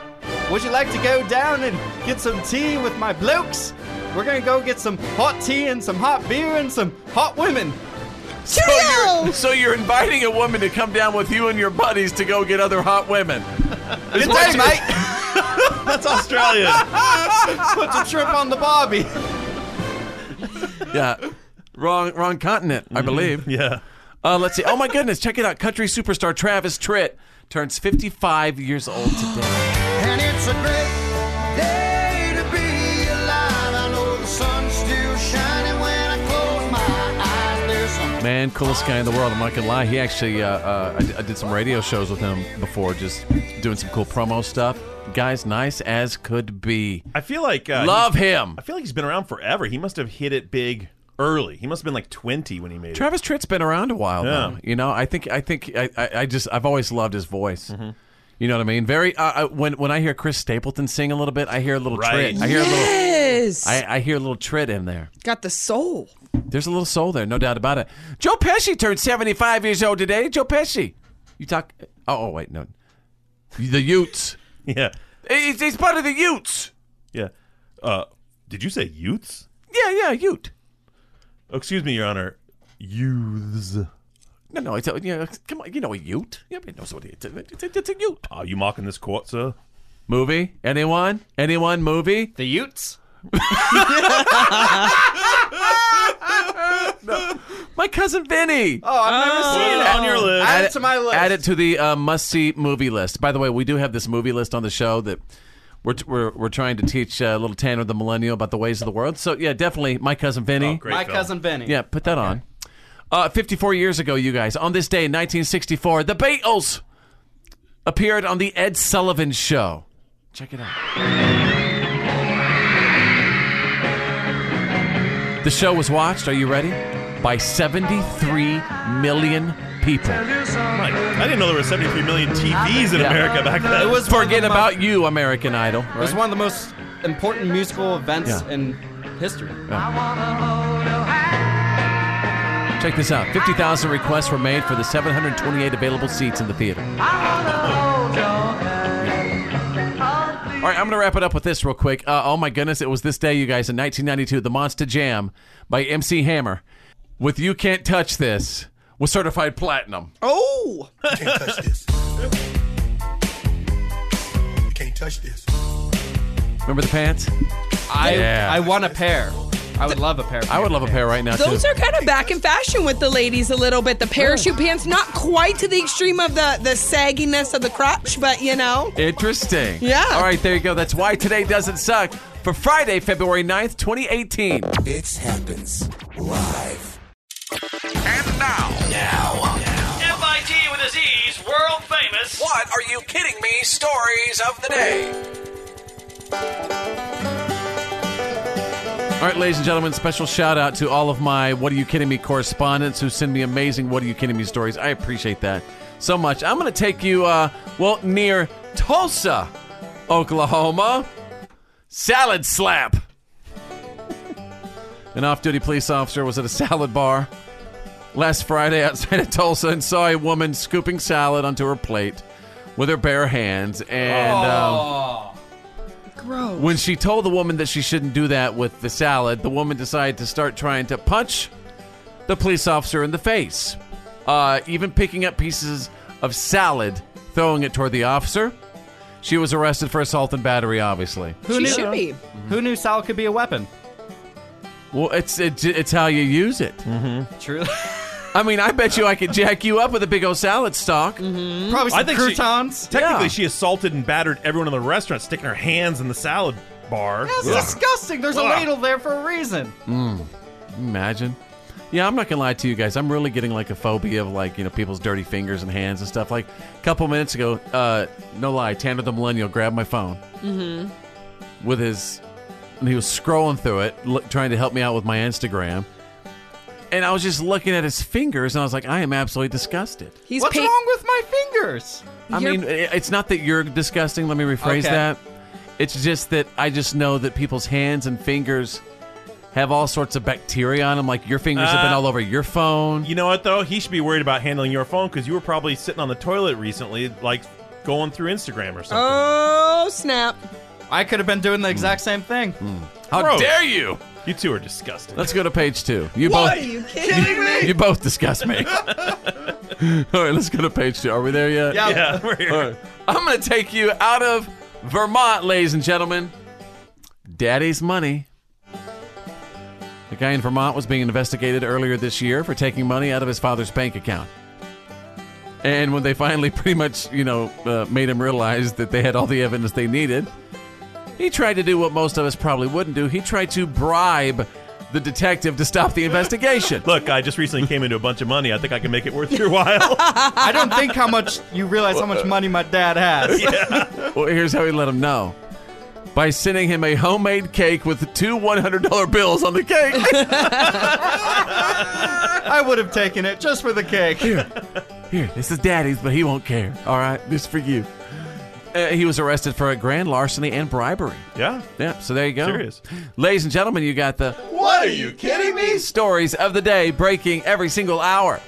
S3: Would you like to go down and get some tea with my blokes? We're gonna go get some hot tea and some hot beer and some hot women.
S9: So you're, so you're inviting a woman to come down with you and your buddies to go get other hot women. Is what
S3: day,
S9: you-
S3: mate.
S8: That's Australian.
S3: Put a trip on the Barbie.
S9: yeah. Wrong wrong continent, I believe.
S8: Yeah.
S9: Uh, let's see. Oh my goodness, check it out. Country superstar Travis Tritt turns 55 years old today.
S13: And it's a great day to be alive. I know the sun's still shining when I close my eyes. There's some
S9: Man, coolest guy in the world. I'm not gonna lie. He actually, uh, uh, I, d- I did some radio shows with him before, just doing some cool promo stuff. Guy's nice as could be.
S8: I feel like uh,
S9: love
S8: he's-
S9: him.
S8: I feel like he's been around forever. He must have hit it big early. He must have been like 20 when he made
S9: Travis Tritt's been around a while,
S8: Yeah.
S9: though. You know, I think I think I, I, I just I've always loved his voice. You know what I mean? Very uh, I- when when I hear Chris Stapleton sing a little bit, I hear a little
S8: Right.
S9: Tritt. I hear
S11: Yes.
S9: a little. I, I hear a little Tritt in there.
S11: Got the soul.
S9: There's a little soul there, no doubt about it. Joe Pesci turned 75 years old today. Joe Pesci. You talk. Oh, oh wait, no. The Utes.
S8: yeah.
S9: He's, he's part of the Utes.
S8: Yeah. Uh, did you say youths?
S9: Yeah, yeah, Ute.
S8: Oh, excuse me, Your Honor. Youths.
S9: No, no, it's a, you know, come on, you know a Ute. Everybody knows what it is. It's a, it's a Ute.
S8: Are you mocking this court, sir?
S9: Movie? Anyone? Anyone? Movie?
S3: The Utes.
S9: My cousin Vinny.
S3: Oh, I've never seen it. Add it to my list.
S9: Add it to the uh, must see movie list. By the way, we do have this movie list on the show that we're t- we're, we're trying to teach uh, little Tanner the millennial about the ways of the world. So yeah, definitely my cousin Vinny.
S3: My cousin Benny.
S9: Yeah, put that on. Uh, 54 years ago, you guys, on this day in 1964, the Beatles appeared on the Ed Sullivan Show. Check it out. The show was watched, are you ready? By 73 million people.
S8: I didn't know there were 73 million TVs in America back then.
S9: It was Forget About You, American Idol.
S3: It was
S9: right?
S3: one of the most important musical events
S9: Yeah.
S3: in history.
S9: Check this out 50,000 requests were made for the 728 available seats in the theater. All right, I'm going to wrap it up with this real quick. Uh, oh my goodness, it was this day, you guys, in 1992, the Monster Jam by MC Hammer with "You Can't Touch This" was certified platinum.
S11: Oh!
S17: can't touch this. You can't touch this.
S9: Remember the pants?
S3: I
S9: Yeah.
S3: I want a pair. I would love a pair.
S9: I would love a pair right now
S11: Those
S9: too.
S11: are kind of back in fashion with the ladies a little bit. The parachute pants, not quite to the extreme of the, the sagginess of the crotch, but you know.
S9: Interesting.
S11: Yeah.
S9: All right, there you go. That's why today doesn't suck for Friday, February 9th, 2018. It happens live.
S7: Now. MIT with a Z's world famous. What are you kidding me? Stories of the day.
S9: All right, ladies and gentlemen, special shout out to all of my What Are You Kidding Me correspondents who send me amazing What Are You Kidding Me stories. I appreciate that so much. I'm going to take you, uh, well, near Tulsa, Oklahoma. Salad slap. An off duty police officer was at a salad bar last Friday outside of Tulsa and saw a woman scooping salad onto her plate with her bare hands. And. Um,
S11: Gross.
S9: when she told the woman that she shouldn't do that with the salad, the woman decided to start trying to punch the police officer in the face, uh, even picking up pieces of salad, throwing it toward the officer. She was arrested for assault and battery, obviously.
S3: Who knew? Who knew salad could be a weapon?
S9: Well, it's it's, it's how you use it. Mm-hmm.
S3: True.
S9: I mean, I bet you I could jack you up with a big old salad stock. Mm-hmm.
S3: Probably
S8: I think she- technically,
S9: Yeah.
S8: she assaulted and battered everyone in the restaurant, sticking her hands in the salad bar.
S3: That's
S8: Ugh.
S3: disgusting. There's a
S8: Ugh.
S3: ladle there for a reason.
S9: Mm. Imagine. Yeah, I'm not gonna lie to you guys. I'm really getting like a phobia of like you know people's dirty fingers and hands and stuff. Like a couple minutes ago, uh, no lie, Tanner the millennial grabbed my phone
S11: Mm-hmm.
S9: with his, and he was scrolling through it, look, trying to help me out with my Instagram, and I was just looking at his fingers, and I was like, I am absolutely disgusted.
S11: He's
S3: What's
S11: pa-
S3: wrong with my fingers?
S9: I mean, i- it's not that you're disgusting. Let me rephrase
S3: Okay.
S9: that. It's just that I just know that people's hands and fingers have all sorts of bacteria on them. Like your fingers have been
S8: Uh,
S9: all over your phone.
S8: You know what though? He should be worried about handling your phone because you were probably sitting on the toilet recently, like going through Instagram or something.
S11: Oh, snap.
S3: I could have been doing the exact same thing.
S9: How
S8: Gross.
S9: dare you?
S8: You two are disgusting.
S9: Let's go to page two. You
S8: What?
S9: both.
S8: Are you kidding me?
S9: You both disgust me. All right, let's go to page two. Are we there yet?
S8: Yeah. Yeah, we're here.
S9: All right. I'm going to take you out of Vermont, ladies and gentlemen. Daddy's money. The guy in Vermont was being investigated earlier this year for taking money out of his father's bank account. And when they finally pretty much, you know, uh, made him realize that they had all the evidence they needed, he tried to do what most of us probably wouldn't do. He tried to bribe the detective to stop the investigation.
S8: Look, I just recently came into a bunch of money. I think I can make it worth your while.
S3: I don't think how much you realize how much money my dad has.
S9: Well, here's how he let him know by sending him a homemade cake with two $100 bills on the cake.
S3: I would have taken it just for the cake.
S9: Here, here, this is daddy's, but he won't care. All right, this is for you. Uh, he was arrested for a grand larceny and bribery.
S8: Yeah.
S9: Yeah, so there you go.
S8: Serious.
S9: Ladies and gentlemen, you got the What are you kidding me? Stories of the day breaking every single hour.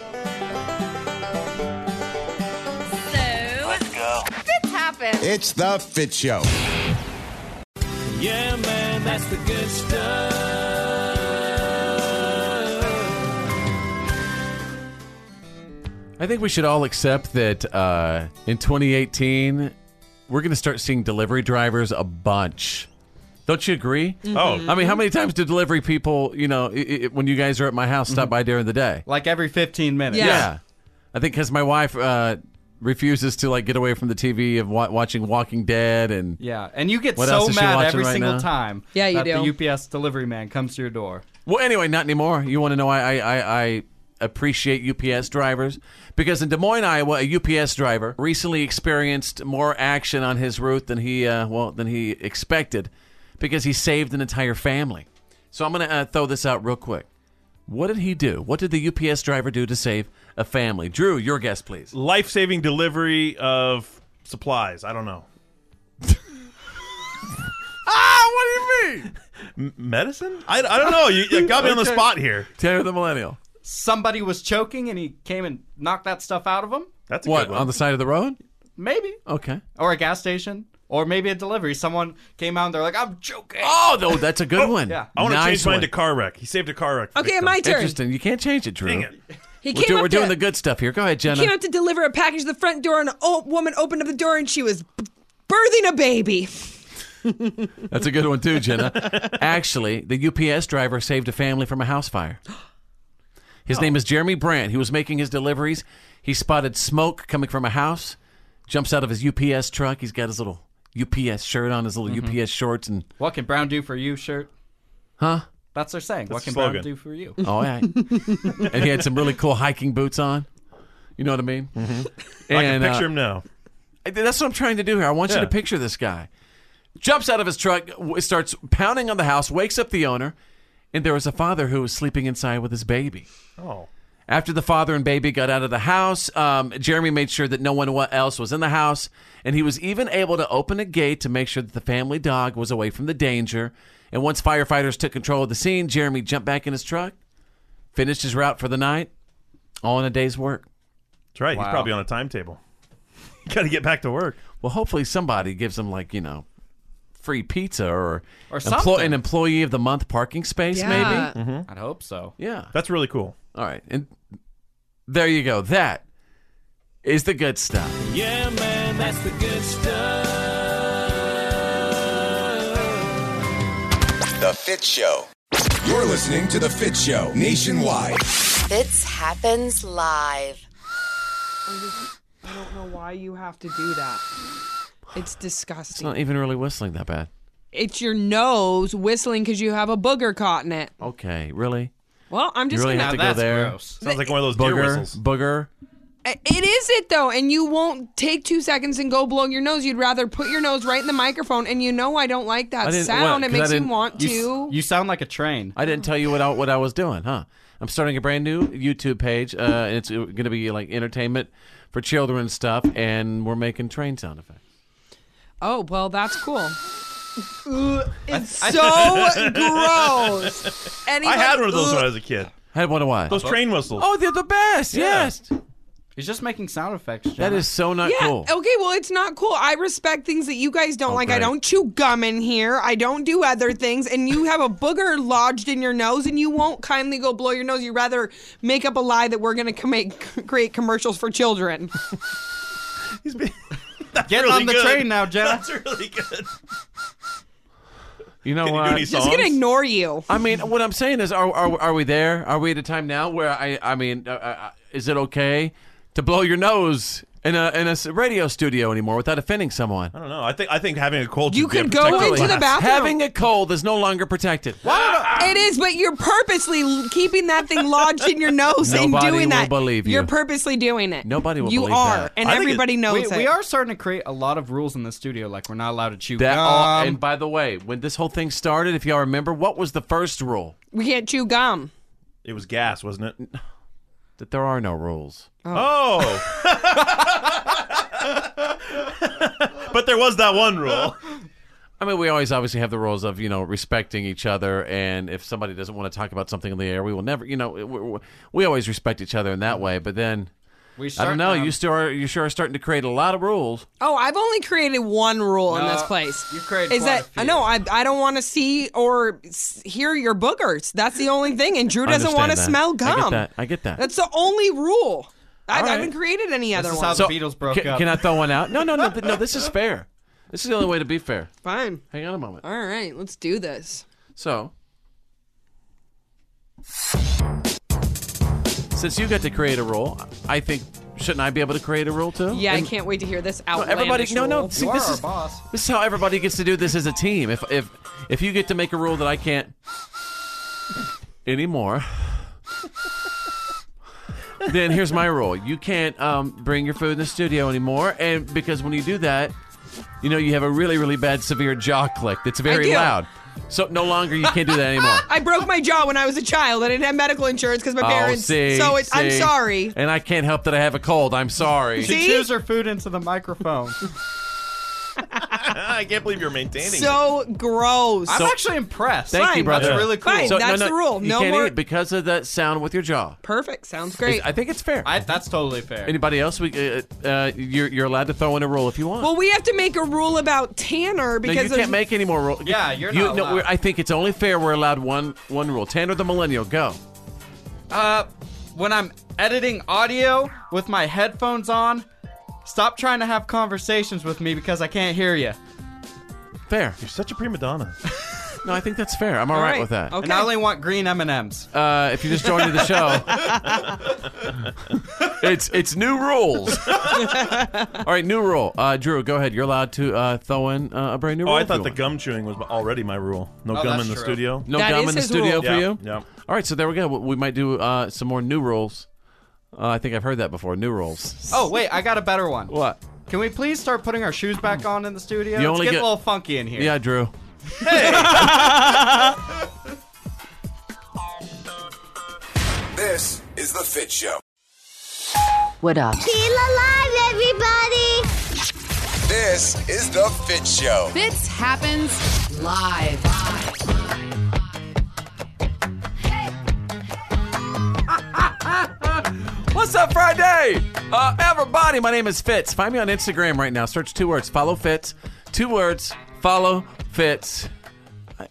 S4: Let's go. This happened.
S6: It's the Fit Show.
S14: Yeah, man, that's the good stuff.
S9: I think we should all accept that uh, in 2018, we're going to start seeing delivery drivers a bunch. Don't you agree?
S3: Mhm. Oh.
S9: I mean, how many times do delivery people, you know, i i when you guys are at my house, stop by during the day?
S3: Like every 15 minutes.
S9: I think because my wife uh, refuses to like get away from the TV of wa- watching Walking Dead and
S3: Yeah, and you get
S9: What
S3: so
S9: else is she
S3: mad
S9: watching
S3: every
S9: right
S3: single
S9: now?
S3: time.
S9: Yeah,
S3: that
S9: you do.
S3: The UPS delivery man comes to your door.
S9: Well, anyway, not anymore. You want to know I, I, I, I appreciate UPS drivers? Because in Des Moines, Iowa, a UPS driver recently experienced more action on his route than he, uh, well, than he expected because he saved an entire family. So I'm going to uh, throw this out real quick. What did he do? What did the UPS driver do to save a family? Drew, your guess, please.
S8: Life saving delivery of supplies. I don't know.
S9: ah, what do you mean?
S8: M- medicine? I, I don't know. You, you got me on the
S3: Okay.
S8: spot here.
S9: Tanner the Millennial.
S3: Somebody was choking, and he came and knocked that stuff out of him.
S8: That's
S9: what on the side of the road?
S3: Maybe,
S9: Okay.
S3: or a gas station, or maybe a delivery. Someone came out and they're like, "I'm choking."
S9: Oh, though that's a good one.
S3: Yeah.
S8: I want to
S9: Nice
S8: change mine
S9: one.
S8: to car wreck. He saved a car wreck.
S11: Okay, my turn.
S9: Interesting. You can't change it, Drew.
S8: Dang it.
S11: He
S9: we're
S11: came
S9: do-
S11: up
S9: we're doing
S11: to-
S9: the good stuff here. Go ahead,
S11: He
S9: Jenna.
S11: came out to deliver a package to the front door, and an old woman opened up the door, and she was b- birthing a baby.
S9: That's a good one too, Jenna. Actually, the UPS driver saved a family from a house fire. His name is Jeremy Brandt. He was making his deliveries. He spotted smoke coming from a house, jumps out of his UPS truck. He's got his little UPS shirt on, his little
S3: Mhm.
S9: UPS shorts, and
S3: What can Brown do for you, shirt?
S9: huh? Mm-hmm.
S3: That's their saying. what
S9: That's
S3: can
S9: the
S3: Brown
S9: slogan.
S3: do for you?
S9: All right. and he had some really cool hiking boots on. You know what I mean? Mm-hmm.
S8: I can picture him now.
S9: That's what I'm trying to do here. I want
S8: Yeah.
S9: you to picture this guy. Jumps out of his truck, w- starts pounding on the house, wakes up the owner, and there was a father who was sleeping inside with his baby.
S8: Oh.
S9: After the father and baby got out of the house, um, Jeremy made sure that no one wa- else was in the house, and he was even able to open a gate to make sure that the family dog was away from the danger. And once firefighters took control of the scene, Jeremy jumped back in his truck, finished his route for the night, all in a day's work.
S8: That's right. He's
S9: Wow.
S8: probably on a timetable. Got to get back to work.
S9: Well, hopefully somebody gives him like you know, free pizza or
S3: Or
S9: employ-
S3: something.
S9: an employee of the month parking space
S3: Yeah.
S9: maybe.
S3: Mhm. I'd hope so.
S9: Yeah,
S8: that's really cool.
S9: All right, and there you go. That is the good stuff.
S14: Yeah, man, that's the good stuff.
S6: The Fit Show. You're listening to The Fit Show nationwide.
S19: Fitz happens live.
S11: I don't know why you have to do that. It's disgusting.
S9: It's not even really whistling that bad.
S11: It's your nose whistling because you have a booger caught in it.
S9: Okay, really?
S11: Well, I'm just
S9: you really
S11: gonna.
S9: have to go there.
S8: Sounds like one of those
S9: booger,
S8: deer whistles.
S9: Booger.
S11: I- It is it though, and you won't take two seconds and go blow your nose. You'd rather put your nose right in the microphone, and you know I don't like that sound. it makes you want to.
S9: You
S3: sound like a train.
S9: I didn't tell you what I, what I was doing, huh? I'm starting a brand new YouTube page, uh, and it's going to be like entertainment for children and stuff, and we're making train sound effects.
S11: Oh well, that's cool. Ooh, it's
S8: I-
S11: so gross. uh, Anybody-
S8: I had one of those
S11: Ugh.
S8: when I was a kid.
S9: I had one of what?
S8: Those train whistles.
S9: Oh, they're the best.
S8: Yeah.
S9: Yes.
S3: He's just making sound effects.
S9: That is so not
S11: yeah. Oh.
S9: cool.
S11: Okay. Well, it's not cool. I respect things that you guys don't like. I
S9: great.
S11: don't chew gum in here. I don't do other things. And you have a booger lodged in your nose, and you won't kindly go blow your nose. You rather make up a lie that we're going to make create commercials for children.
S3: Get
S11: really
S3: on the
S11: good.
S3: train now, Jenna.
S11: That's
S8: really good.
S9: You know
S11: Can you do
S9: what?
S11: any Just gonna songs? ignore you.
S9: I mean, what I'm saying is, are, are are we there? Are we at a time now where I I mean, uh, uh, is it okay to blow your nose in a in a s- radio studio anymore without offending someone?
S8: I don't know. I think I think having a cold.
S11: You
S8: should be a
S11: could go
S8: protective
S11: into the
S8: class.
S11: bathroom.
S9: Having a cold is no longer protected.
S11: It is, but you're purposely l- keeping that thing lodged in your nose
S9: Nobody
S11: and doing
S9: will
S11: that.
S9: believe you.
S11: are purposely doing it.
S9: Nobody
S11: You are, and everybody knows
S3: we,
S11: it.
S3: We are starting to create a lot of rules in the studio, like we're not allowed to chew
S9: That
S3: gum.
S9: all, and by the way, when this whole thing started, if y'all remember, what was the first rule?
S11: We can't chew gum.
S8: It was gas, wasn't it?
S9: That there are no rules.
S8: Oh. Oh. but there was that one rule.
S9: I mean, we always obviously have the rules of you know respecting each other, and if somebody doesn't want to talk about something in the air, we will never. You know, we, we, we always respect each other in that way. But then,
S3: we
S9: I
S3: start-
S9: don't know.
S3: um,
S9: you still are, you sure are starting to create a lot of rules.
S11: Oh, I've only created one rule in
S9: No,
S11: this place.
S3: you created
S11: is
S3: quite
S11: that no? I I don't want to see or s- hear your boogers. That's the only thing, and Drew
S9: I
S11: doesn't want to
S9: understand
S11: smell
S9: that. I get
S11: gum.
S9: that. I get that.
S11: That's the only rule.
S9: All
S11: I, I
S9: right.
S11: haven't created any other
S3: Oh,
S11: one.
S9: can, Can I throw one out? No, no, no, th- no. This is fair. This is the only way to be fair.
S11: Fine.
S9: Hang on a moment.
S11: All right, let's do this.
S9: So, since you got to create a rule, I think shouldn't I be able to create a rule too?
S11: Yeah,
S9: And-
S11: I can't wait to hear this
S9: No,
S11: outlandish
S9: everybody, no, no.
S11: rule.
S9: See, this is this is how everybody gets to do this as a team. If if if you get to make a rule that I can't anymore, then here's my rule: you can't um, bring your food in the studio anymore. And because when you do that, you know you have a really really bad severe jaw click that's very
S11: do.
S9: loud. So no longer you can't do that anymore.
S11: I broke my jaw when I was a child. I didn't have medical insurance because my
S9: Oh,
S11: parents.
S9: see,
S11: so it's, I'm
S9: see.
S11: sorry.
S9: And I can't help that I have a cold. I'm sorry.
S3: She chews her food into the microphone.
S8: I can't believe you're maintaining.
S11: So gross.
S3: I'm actually impressed.
S9: Thank you,
S11: Fine,
S9: brother.
S11: that's really cool. Fine, that's the rule.
S9: you
S11: No
S9: can't
S11: more-
S9: eat it because of that sound with your jaw.
S11: Perfect. Sounds great.
S9: I think it's fair.
S3: I, that's totally fair.
S9: Anybody else? We, uh, uh, you're you're allowed to throw in a rule if you want.
S11: well, we have to make a rule about Tanner
S9: no,
S11: because
S9: you
S11: there's-
S9: can't make any more rules.
S3: Yeah, you're
S9: you,
S3: not
S9: no,
S3: allowed.
S9: we're- I think it's only fair we're allowed one one rule. Tanner the Millennial, go.
S3: Uh, when I'm editing audio with my headphones on, stop trying to have conversations with me because I can't hear you.
S9: Fair.
S8: You're such a prima donna.
S9: no, I think that's fair. I'm all right, with that.
S3: And I only want green M and M's.
S9: Uh, if you just joined the show, it's it's new rules. all right, new rule. Uh, Drew, go ahead. You're allowed to uh, throw in uh, a brand new
S8: Oh,
S9: rule.
S8: I
S9: if
S8: thought
S9: you
S8: the
S9: want.
S8: gum chewing was already my rule. No
S9: Oh,
S8: gum
S9: that's
S8: in the
S9: true.
S8: studio.
S9: No gum in the studio for
S8: Yeah,
S9: you.
S8: Yeah.
S9: All right, so there we go. We might do uh, some more new rules. Uh, I think I've heard that before. New rules.
S3: Oh wait, I got a better one.
S9: What?
S3: Can we please start putting our shoes back on in the studio? It's
S9: You only
S3: getting
S9: get-
S3: a little funky in here.
S9: Yeah, Drew.
S6: This is The Fit Show.
S20: What up?
S2: Feel alive, everybody!
S6: This is The Fit Show.
S4: Fits happens live.
S9: What's up, Friday? Uh, everybody, my name is Fitz. Find me on Instagram right now. Search two words. Follow Fitz. Two words. Follow Fitz. I,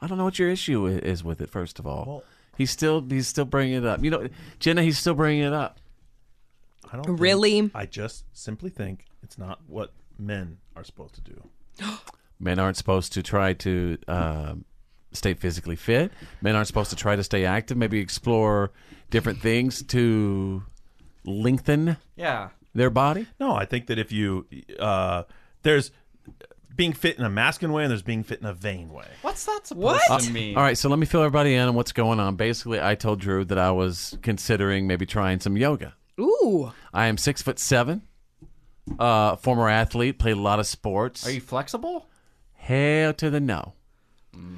S9: I don't know what your issue i- is with it. First of all, he's still he's still bringing it up. You know, Jenna, he's still bringing it up.
S8: I don't think-
S11: Really?
S8: I just simply think it's not what men are supposed to do.
S9: Men aren't supposed to try to um stay physically fit. Men aren't supposed to try to stay active. Maybe explore different things to lengthen.
S3: Yeah.
S9: Their body?
S8: No, I think that if you uh, there's being fit in a masculine way and there's being fit in a vain way.
S3: What's that supposed
S9: Uh,
S3: to mean?
S9: All right, so let me fill everybody in on what's going on. Basically, I told Drew that I was considering maybe trying some yoga.
S11: Ooh.
S9: I am six foot seven, uh, former athlete, played a lot of sports.
S3: Are you flexible?
S9: Hell to the no.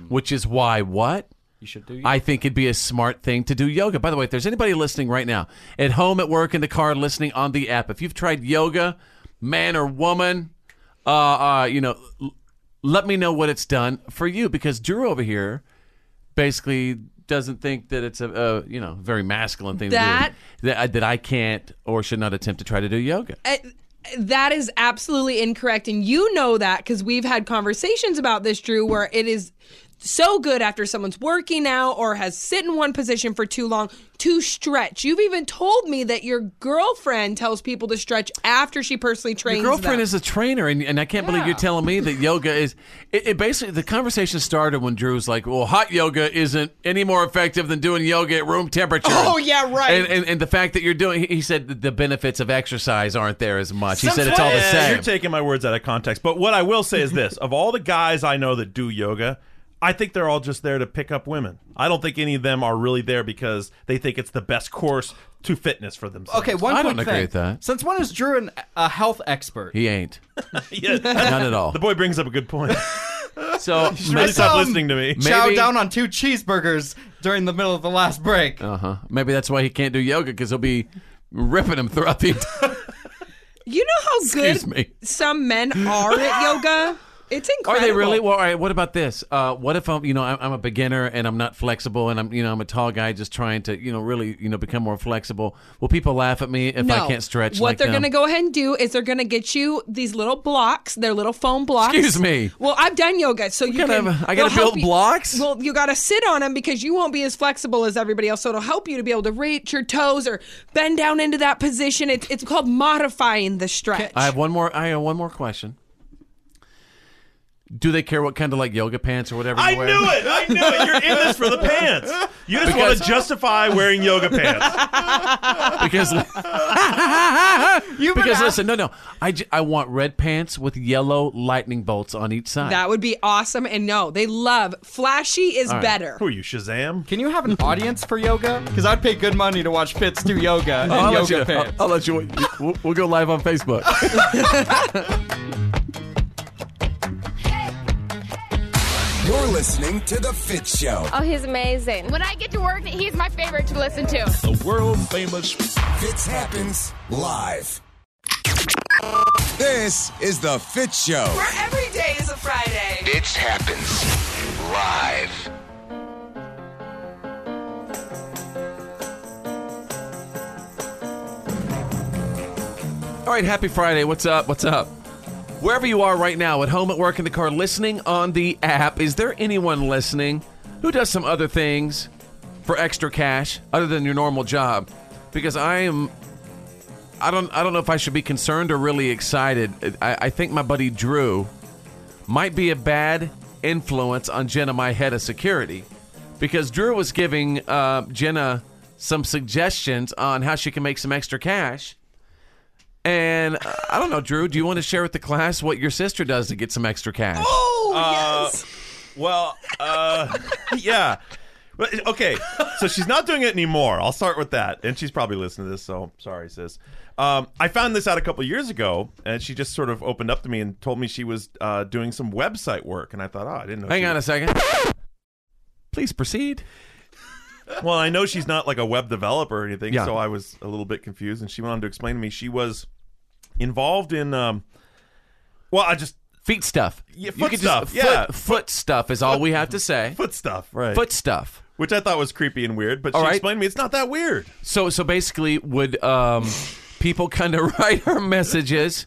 S9: Which is why what?
S3: You should do.
S9: I think it'd be a smart thing to do yoga. By the way, if there's anybody listening right now, at home, at work, in the car, listening on the app, if you've tried yoga, man or woman, uh, uh, you know, l- let me know what it's done for you because Drew over here, basically, doesn't think that it's a, a you know very masculine thing
S11: That-
S9: to do. That I- that I can't or should not attempt to try to do yoga.
S11: Uh, that is absolutely incorrect and you know that because we've had conversations about this drew where it is so good after someone's working out or has sit in one position for too long to stretch you've even told me that your girlfriend tells people to stretch after she personally trains
S9: Your girlfriend
S11: them.
S9: is a trainer, and, and I can't believe you're telling me that yoga is. It, it basically the conversation started when Drew was like, "Well, hot yoga isn't any more effective than doing yoga at room temperature."
S11: Oh, yeah, right.
S9: And, and, and the fact that you're doing, he- he said that the benefits of exercise aren't there as much. He said it's all the
S8: Yeah,
S9: same.
S8: You're taking my words out of context. But what I will say is this of all the guys I know that do yoga, I think they're all just there to pick up women. I don't think any of them are really there because they think it's the best course to fitness for themselves.
S3: Okay, one quick thing.
S9: that.
S3: Since when is Drew an, a health expert?
S9: He ain't.
S8: yeah,
S9: Not at all. The
S8: boy brings up a good point.
S9: So
S3: You
S8: should really
S3: I
S8: stop
S3: saw him
S8: listening to me.
S3: Chow
S8: Maybe-
S3: down on two cheeseburgers during the middle of the last break.
S9: Uh huh. Maybe that's why he can't do yoga because he'll be ripping him throughout the. entire
S11: you know how
S9: Excuse
S11: good
S9: me.
S11: some men are at yoga it's
S9: Are
S11: incredible
S9: they really? Well, all right. What about this? Uh, what if I'm, you know, I'm, I'm a beginner and I'm not flexible, and I'm, you know, I'm a tall guy just trying to, you know, really, you know, become more flexible. Will people laugh at me if I
S11: No.
S9: can't stretch?
S11: What
S9: like
S11: they're
S9: them?
S11: gonna go ahead and do is they're gonna get you these little blocks, their little foam blocks.
S9: Excuse me.
S11: Well, I've done yoga, so you
S9: gotta
S11: can.
S9: have- I
S11: they'll
S9: gotta
S11: help
S9: build blocks?
S11: Well, you gotta sit on them because you won't be as flexible as everybody else. So it'll help you to be able to reach your toes or bend down into that position. It's it's called modifying the stretch.
S9: I have one more. I have one more question. Do they care what kind of like yoga pants or whatever?
S8: I
S9: you
S8: knew
S9: wear?
S8: it. I knew it. You're in this for the pants. You just want
S9: Because-
S8: to justify wearing yoga pants.
S9: because
S11: you
S9: because listen, no, no, I, j- I want red pants with yellow lightning bolts on each side.
S11: That would be awesome. And no, they love flashy is
S9: All right.
S11: better.
S8: Who are you, Shazam?
S3: Can you have an audience for yoga? Because I'd pay good money to watch Fitz do yoga and
S9: Oh, I'll, let
S3: yoga
S9: you,
S3: pants.
S9: I'll, I'll let you. We'll, we'll go live on Facebook.
S6: You're listening to The Fit Show.
S5: Oh, he's amazing. When I get to work, he's my favorite to listen to.
S6: The world famous Fits Happens Live. This is The Fit Show.
S4: every day is a Friday.
S6: Fits Happens Live.
S9: All right, happy Friday. What's up? What's up? Wherever you are right now, at home, at work, in the car, listening on the app, is there anyone listening who does some other things for extra cash other than your normal job? Because I am. I don't. I don't know if I should be concerned or really excited. I, I think my buddy Drew might be a bad influence on Jenna, my head of security, because Drew was giving uh, Jenna some suggestions on how she can make some extra cash. And uh, I don't know, Drew. Do you want to share with the class what your sister does to get some extra cash?
S8: Oh, yes. Well, uh, yeah. But, okay, so she's not doing it anymore. I'll start with that. And she's probably listening to this, so sorry, sis. Um, I found this out a couple years ago, and she just sort of opened up to me and told me she was uh, doing some website work. And I thought, oh, I didn't know.
S9: Hang
S8: she
S9: on a second. Please proceed.
S8: well, I know she's not like a web developer or anything,
S9: Yeah.
S8: so I was a little bit confused. And she went on to explain to me she was involved in. Um, well, I just
S9: feet stuff.
S8: Yeah, foot
S9: You could just-
S8: stuff.
S9: foot-
S8: yeah,
S9: foot, stuff is all we have to say.
S8: Foot stuff, right?
S9: Foot stuff,
S8: which I thought was creepy and weird, but
S9: All
S8: she
S9: right.
S8: explained to me it's not that weird.
S9: So, so basically, would um, people kind of write her messages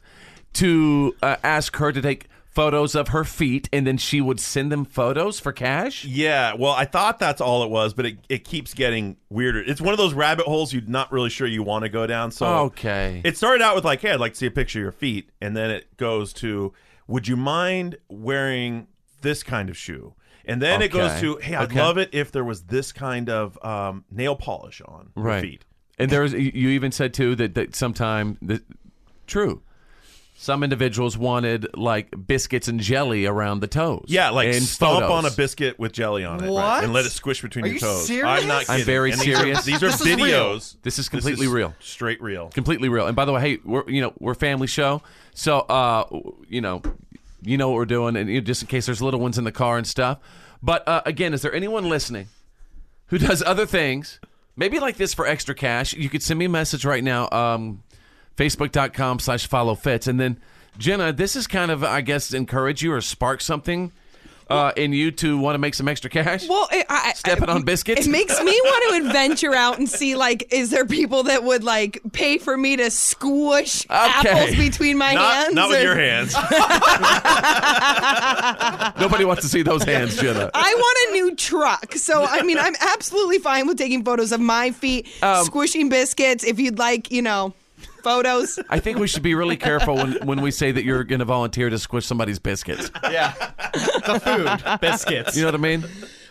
S9: to uh, ask her to take photos of her feet, and then she would send them photos for cash?
S8: Yeah, well, I thought that's all it was, but it, it keeps getting weirder. It's one of those rabbit holes you're not really sure you want to go down. So
S9: Oh, Okay.
S8: it started out with like, "Hey, I'd like to see a picture of your feet," and then it goes to, "Would you mind wearing this kind of shoe?" And then it goes
S9: Okay.
S8: to, "Hey, I'd
S9: Okay.
S8: love it if there was this kind of um, nail polish on your
S9: Right.
S8: feet."
S9: And there's you- you even said too that that sometime that true. Some individuals wanted like biscuits and jelly around the toes.
S8: Yeah, like
S9: and
S8: stomp
S9: photos.
S8: on a biscuit with jelly on it
S9: What?
S8: and let it squish between
S9: Are
S8: your
S9: you
S8: toes.
S9: serious?
S8: I'm not
S9: I'm
S8: kidding.
S9: very
S8: And these are-
S9: serious.
S8: These are,
S9: This is real.
S8: videos.
S9: This is completely real.
S8: Straight real.
S9: completely real. And by the way, hey, we're you know we're a family show, so uh, you know, you know what we're doing, and you know, just in case there's little ones in the car and stuff. But uh, again, is there anyone listening who does other things, maybe like this for extra cash? You could send me a message right now, um, facebook.com slash follow fits, and then Jenna, this is kind of I guess encourage you or spark something uh, and you two want to make some extra cash?
S11: Well, it, I,
S9: Stepping
S11: I-
S9: on biscuits?
S11: It makes me want to adventure out and see, like, is there people that would like pay for me to squish apples between my
S9: Not-
S11: hands?
S9: not with
S11: or-
S9: your hands. Nobody wants to see those hands, Jenna.
S11: I want a new truck, so I mean, I'm absolutely fine with taking photos of my feet,
S9: Um,
S11: squishing biscuits. If you'd like, you know, photos.
S9: I think we should be really careful when, when we say that you're going to volunteer to squish somebody's biscuits.
S11: Yeah.
S9: The food. Biscuits. You know what I mean?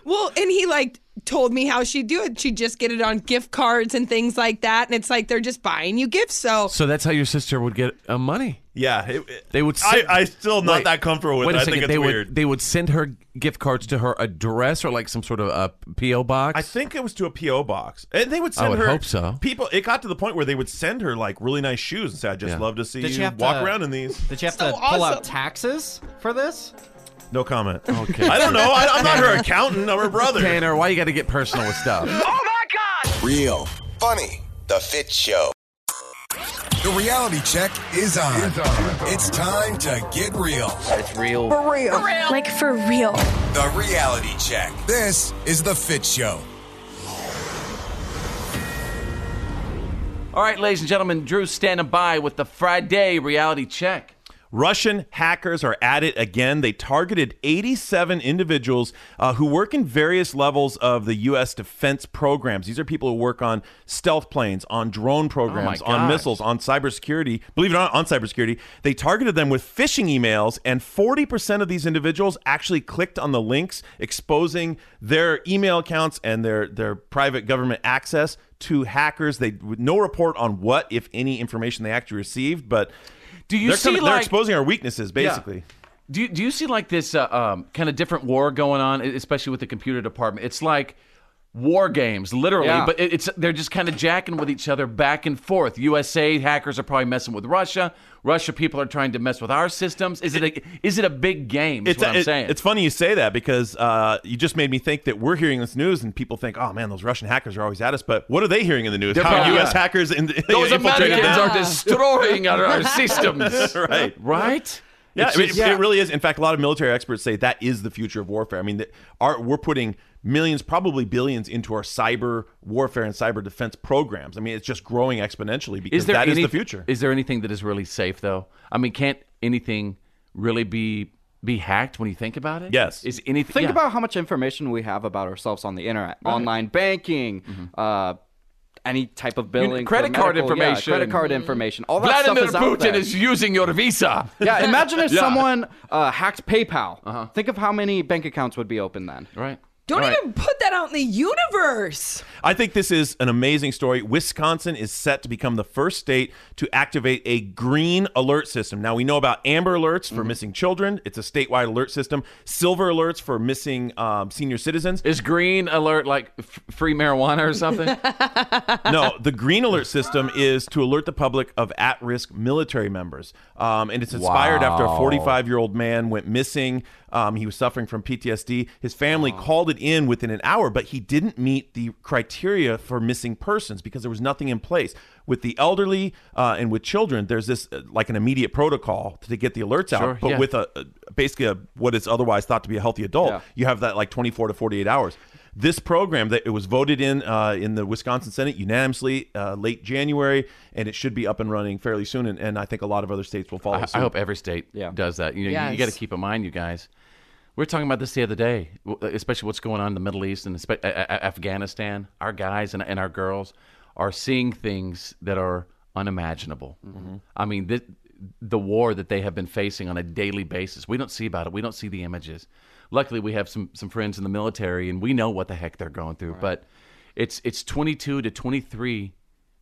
S11: Well, and he like told me how she'd do it. She'd just get it on gift cards and things like that. And it's like they're just buying you gifts. So
S9: So that's how your sister would get uh, money.
S8: Yeah,
S9: they would.
S8: I- I still not that comfortable with
S9: Wait
S8: it.
S9: a
S8: I think
S9: second,
S8: it's
S9: they
S8: weird.
S9: Would, they would send her gift cards to her address or like some sort of a PO box.
S8: I think it was to a PO box, and they would send
S9: I would
S8: her.
S9: hope so.
S8: People, it got to the point where they would send her like really nice shoes and say, "I just
S9: Yeah.
S8: love to see
S3: Did she
S8: you
S3: have
S8: walk
S3: to-
S8: around in these."
S3: Did you have to
S8: So
S3: pull
S8: awesome.
S3: out taxes for this?
S8: No comment.
S9: Okay.
S8: I don't know. I, I'm not her accountant. I'm her brother.
S9: Tanner, why you got to get personal with stuff?
S6: Real. Funny. The Fit Show. The reality check is on. It's, time to get real. It's real.
S21: real. Like for real.
S6: The reality check. This is The Fit Show.
S9: All right, ladies and gentlemen, Drew's standing by with the Friday reality check.
S8: Russian hackers are at it again. They targeted 87 individuals uh, who work in various levels of the U.S. defense programs. These are people who work on stealth planes, on drone programs, on
S9: gosh.
S8: missiles, on cybersecurity. Believe it or not, on cybersecurity. They targeted them with phishing emails, and 40% of these individuals actually clicked on the links exposing their email accounts and their, their private government access to hackers. They no report on what, if any, information they actually received, but
S9: Do you
S8: they're
S9: see,
S8: they're
S9: like-
S8: exposing our weaknesses basically?
S9: Do you, do you see like this uh, um, kind of different war going on, e, especially with the computer department? It's like war games, literally,
S3: Yeah.
S9: but it, it's they're just kind of jacking with each other back and forth. USA hackers are probably messing with Russia. Russia people are trying to mess with our systems. Is it a, is it a big game? Is
S8: It's
S9: what I'm
S8: it-
S9: saying.
S8: it's funny you say that because uh, you just made me think that we're hearing this news and people think, oh man, those Russian hackers are always at us. But what are they hearing in the news?
S9: They're
S8: How
S9: probably-
S8: U.S. hackers in,
S9: Those
S8: infiltrated
S9: Americans
S8: them?
S9: are destroying our, our systems.
S8: right?
S9: Right?
S8: Yeah,
S9: It's
S8: I mean,
S9: just-
S8: it- it really is. In fact, a lot of military experts say that is the future of warfare. I mean, the, our, we're putting millions, probably billions, into our cyber warfare and cyber defense programs. I mean, it's just growing exponentially because
S9: is there
S8: that is
S9: any-
S8: the future.
S9: Is there anything that is really safe though? I mean, can't anything really be be hacked when you think about it?
S3: Yes.
S9: Is anything
S3: Think
S9: yeah.
S3: about how much information we have about ourselves on the internet, online banking, uh, any type of billing, for
S9: Mm-hmm. credit card
S3: medical- yeah,
S9: information.
S3: credit card information, all that stuff
S9: Vladimir
S3: is out
S9: Putin
S3: there.
S9: is using your visa.
S3: yeah, imagine if
S9: Yeah. Uh-huh.
S3: someone uh, hacked PayPal. Think of how many bank accounts would be open then.
S9: Right.
S11: don't even put that out in the universe.
S8: I think this is an amazing story. Wisconsin is set to become the first state to activate a green alert system. Now, we know about amber alerts for missing children, it's a statewide alert system, silver alerts for missing um, senior citizens.
S9: Is green alert like f- free marijuana or something?
S8: no, the green alert system is to alert the public of at risk military members. Um, and it's inspired after a
S9: Wow.
S8: 45 year old man went missing. Um, he was suffering from PTSD. His family called it in within an hour, but he didn't meet the criteria for missing persons because there was nothing in place. With the elderly uh, and with children, there's this uh, like an immediate protocol to get the alerts
S9: Sure,
S8: out. But
S9: yeah.
S8: with a a- basically a, what is otherwise thought to be a healthy adult,
S9: Yeah.
S8: you have that like 24 to 48 hours. This program that it was voted in uh, in the Wisconsin Senate unanimously uh, late January, and it should be up and running fairly soon. And, and I think a lot of other states will follow.
S9: I, I
S8: suit.
S9: hope every state does that. You know, you- you,
S8: Yes.
S9: got to keep in mind, you guys. We were talking about this the other day, w- especially what's going on in the Middle East and espe- a- a- Afghanistan. Our guys and, and our girls are seeing things that are unimaginable.
S22: Mhm.
S9: I mean, the, the war that they have been facing on a daily basis. We don't see about it. We don't see the images. Luckily, we have some some friends in the military, and we know what the heck they're going through. But it's it's 22 to 23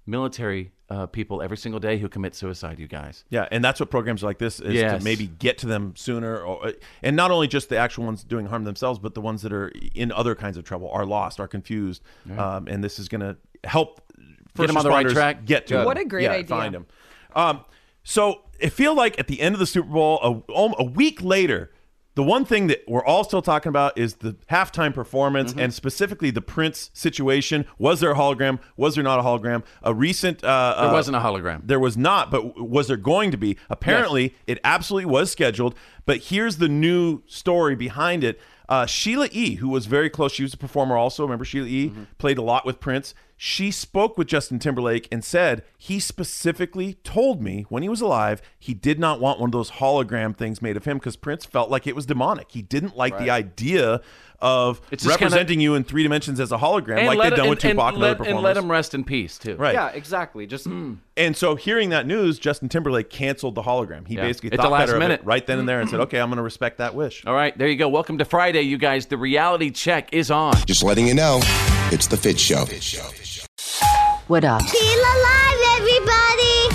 S9: military uh, people every single day who commit suicide. You guys.
S8: Yeah, and that's what programs like this is
S9: Yes.
S8: to maybe get to them sooner, or uh, and not only just the actual ones doing harm themselves, but the ones that are in other kinds of trouble, are lost, are confused,
S9: Yeah.
S8: um, and this is going to help
S9: Get
S8: first
S9: 'em on the right
S8: responders
S9: track.
S8: Get to
S9: Good.
S8: them.
S9: What a great
S8: Yeah,
S9: idea.
S8: Find them. Um, so I feel like at the end of the Super Bowl, a, um, a week later, the one thing that we're all still talking about is the halftime performance
S9: Mm-hmm.
S8: and specifically the Prince situation. Was there a hologram? Was there not a hologram? A recent. Uh,
S9: There
S8: uh,
S9: wasn't a hologram.
S8: There was not, but w- was there going to be? Apparently, it absolutely was scheduled. But here's the new story behind it. Uh, Sheila E., who was very close, she was a performer also. Remember, Sheila E.
S9: Mm-hmm.
S8: played a lot with Prince. She spoke with Justin Timberlake and said, He specifically told me when he was alive, he did not want one of those hologram things made of him because Prince felt like it was demonic. He didn't like the
S9: Right.
S8: idea of
S9: It's just kinda-
S8: representing you in three dimensions as a hologram,
S9: And
S8: like
S9: let
S8: they've
S9: it-
S8: done
S9: and-
S8: with Tupac and,
S9: let,
S8: other performers.
S9: And let him rest in peace too.
S8: Right.
S3: Yeah, exactly. Just
S9: Hmm.
S8: And so, hearing that news, Justin Timberlake canceled the hologram. He
S9: Yeah.
S8: basically
S9: At the
S8: thought
S9: last
S8: better of it
S9: minute.
S8: right then and there, and said, "Okay, I'm going to respect that wish."
S9: All right, there you go. Welcome to Friday, you guys. The reality check is on.
S6: Just letting you know, it's the Fit Show.
S20: What up?
S2: Feel alive, everybody!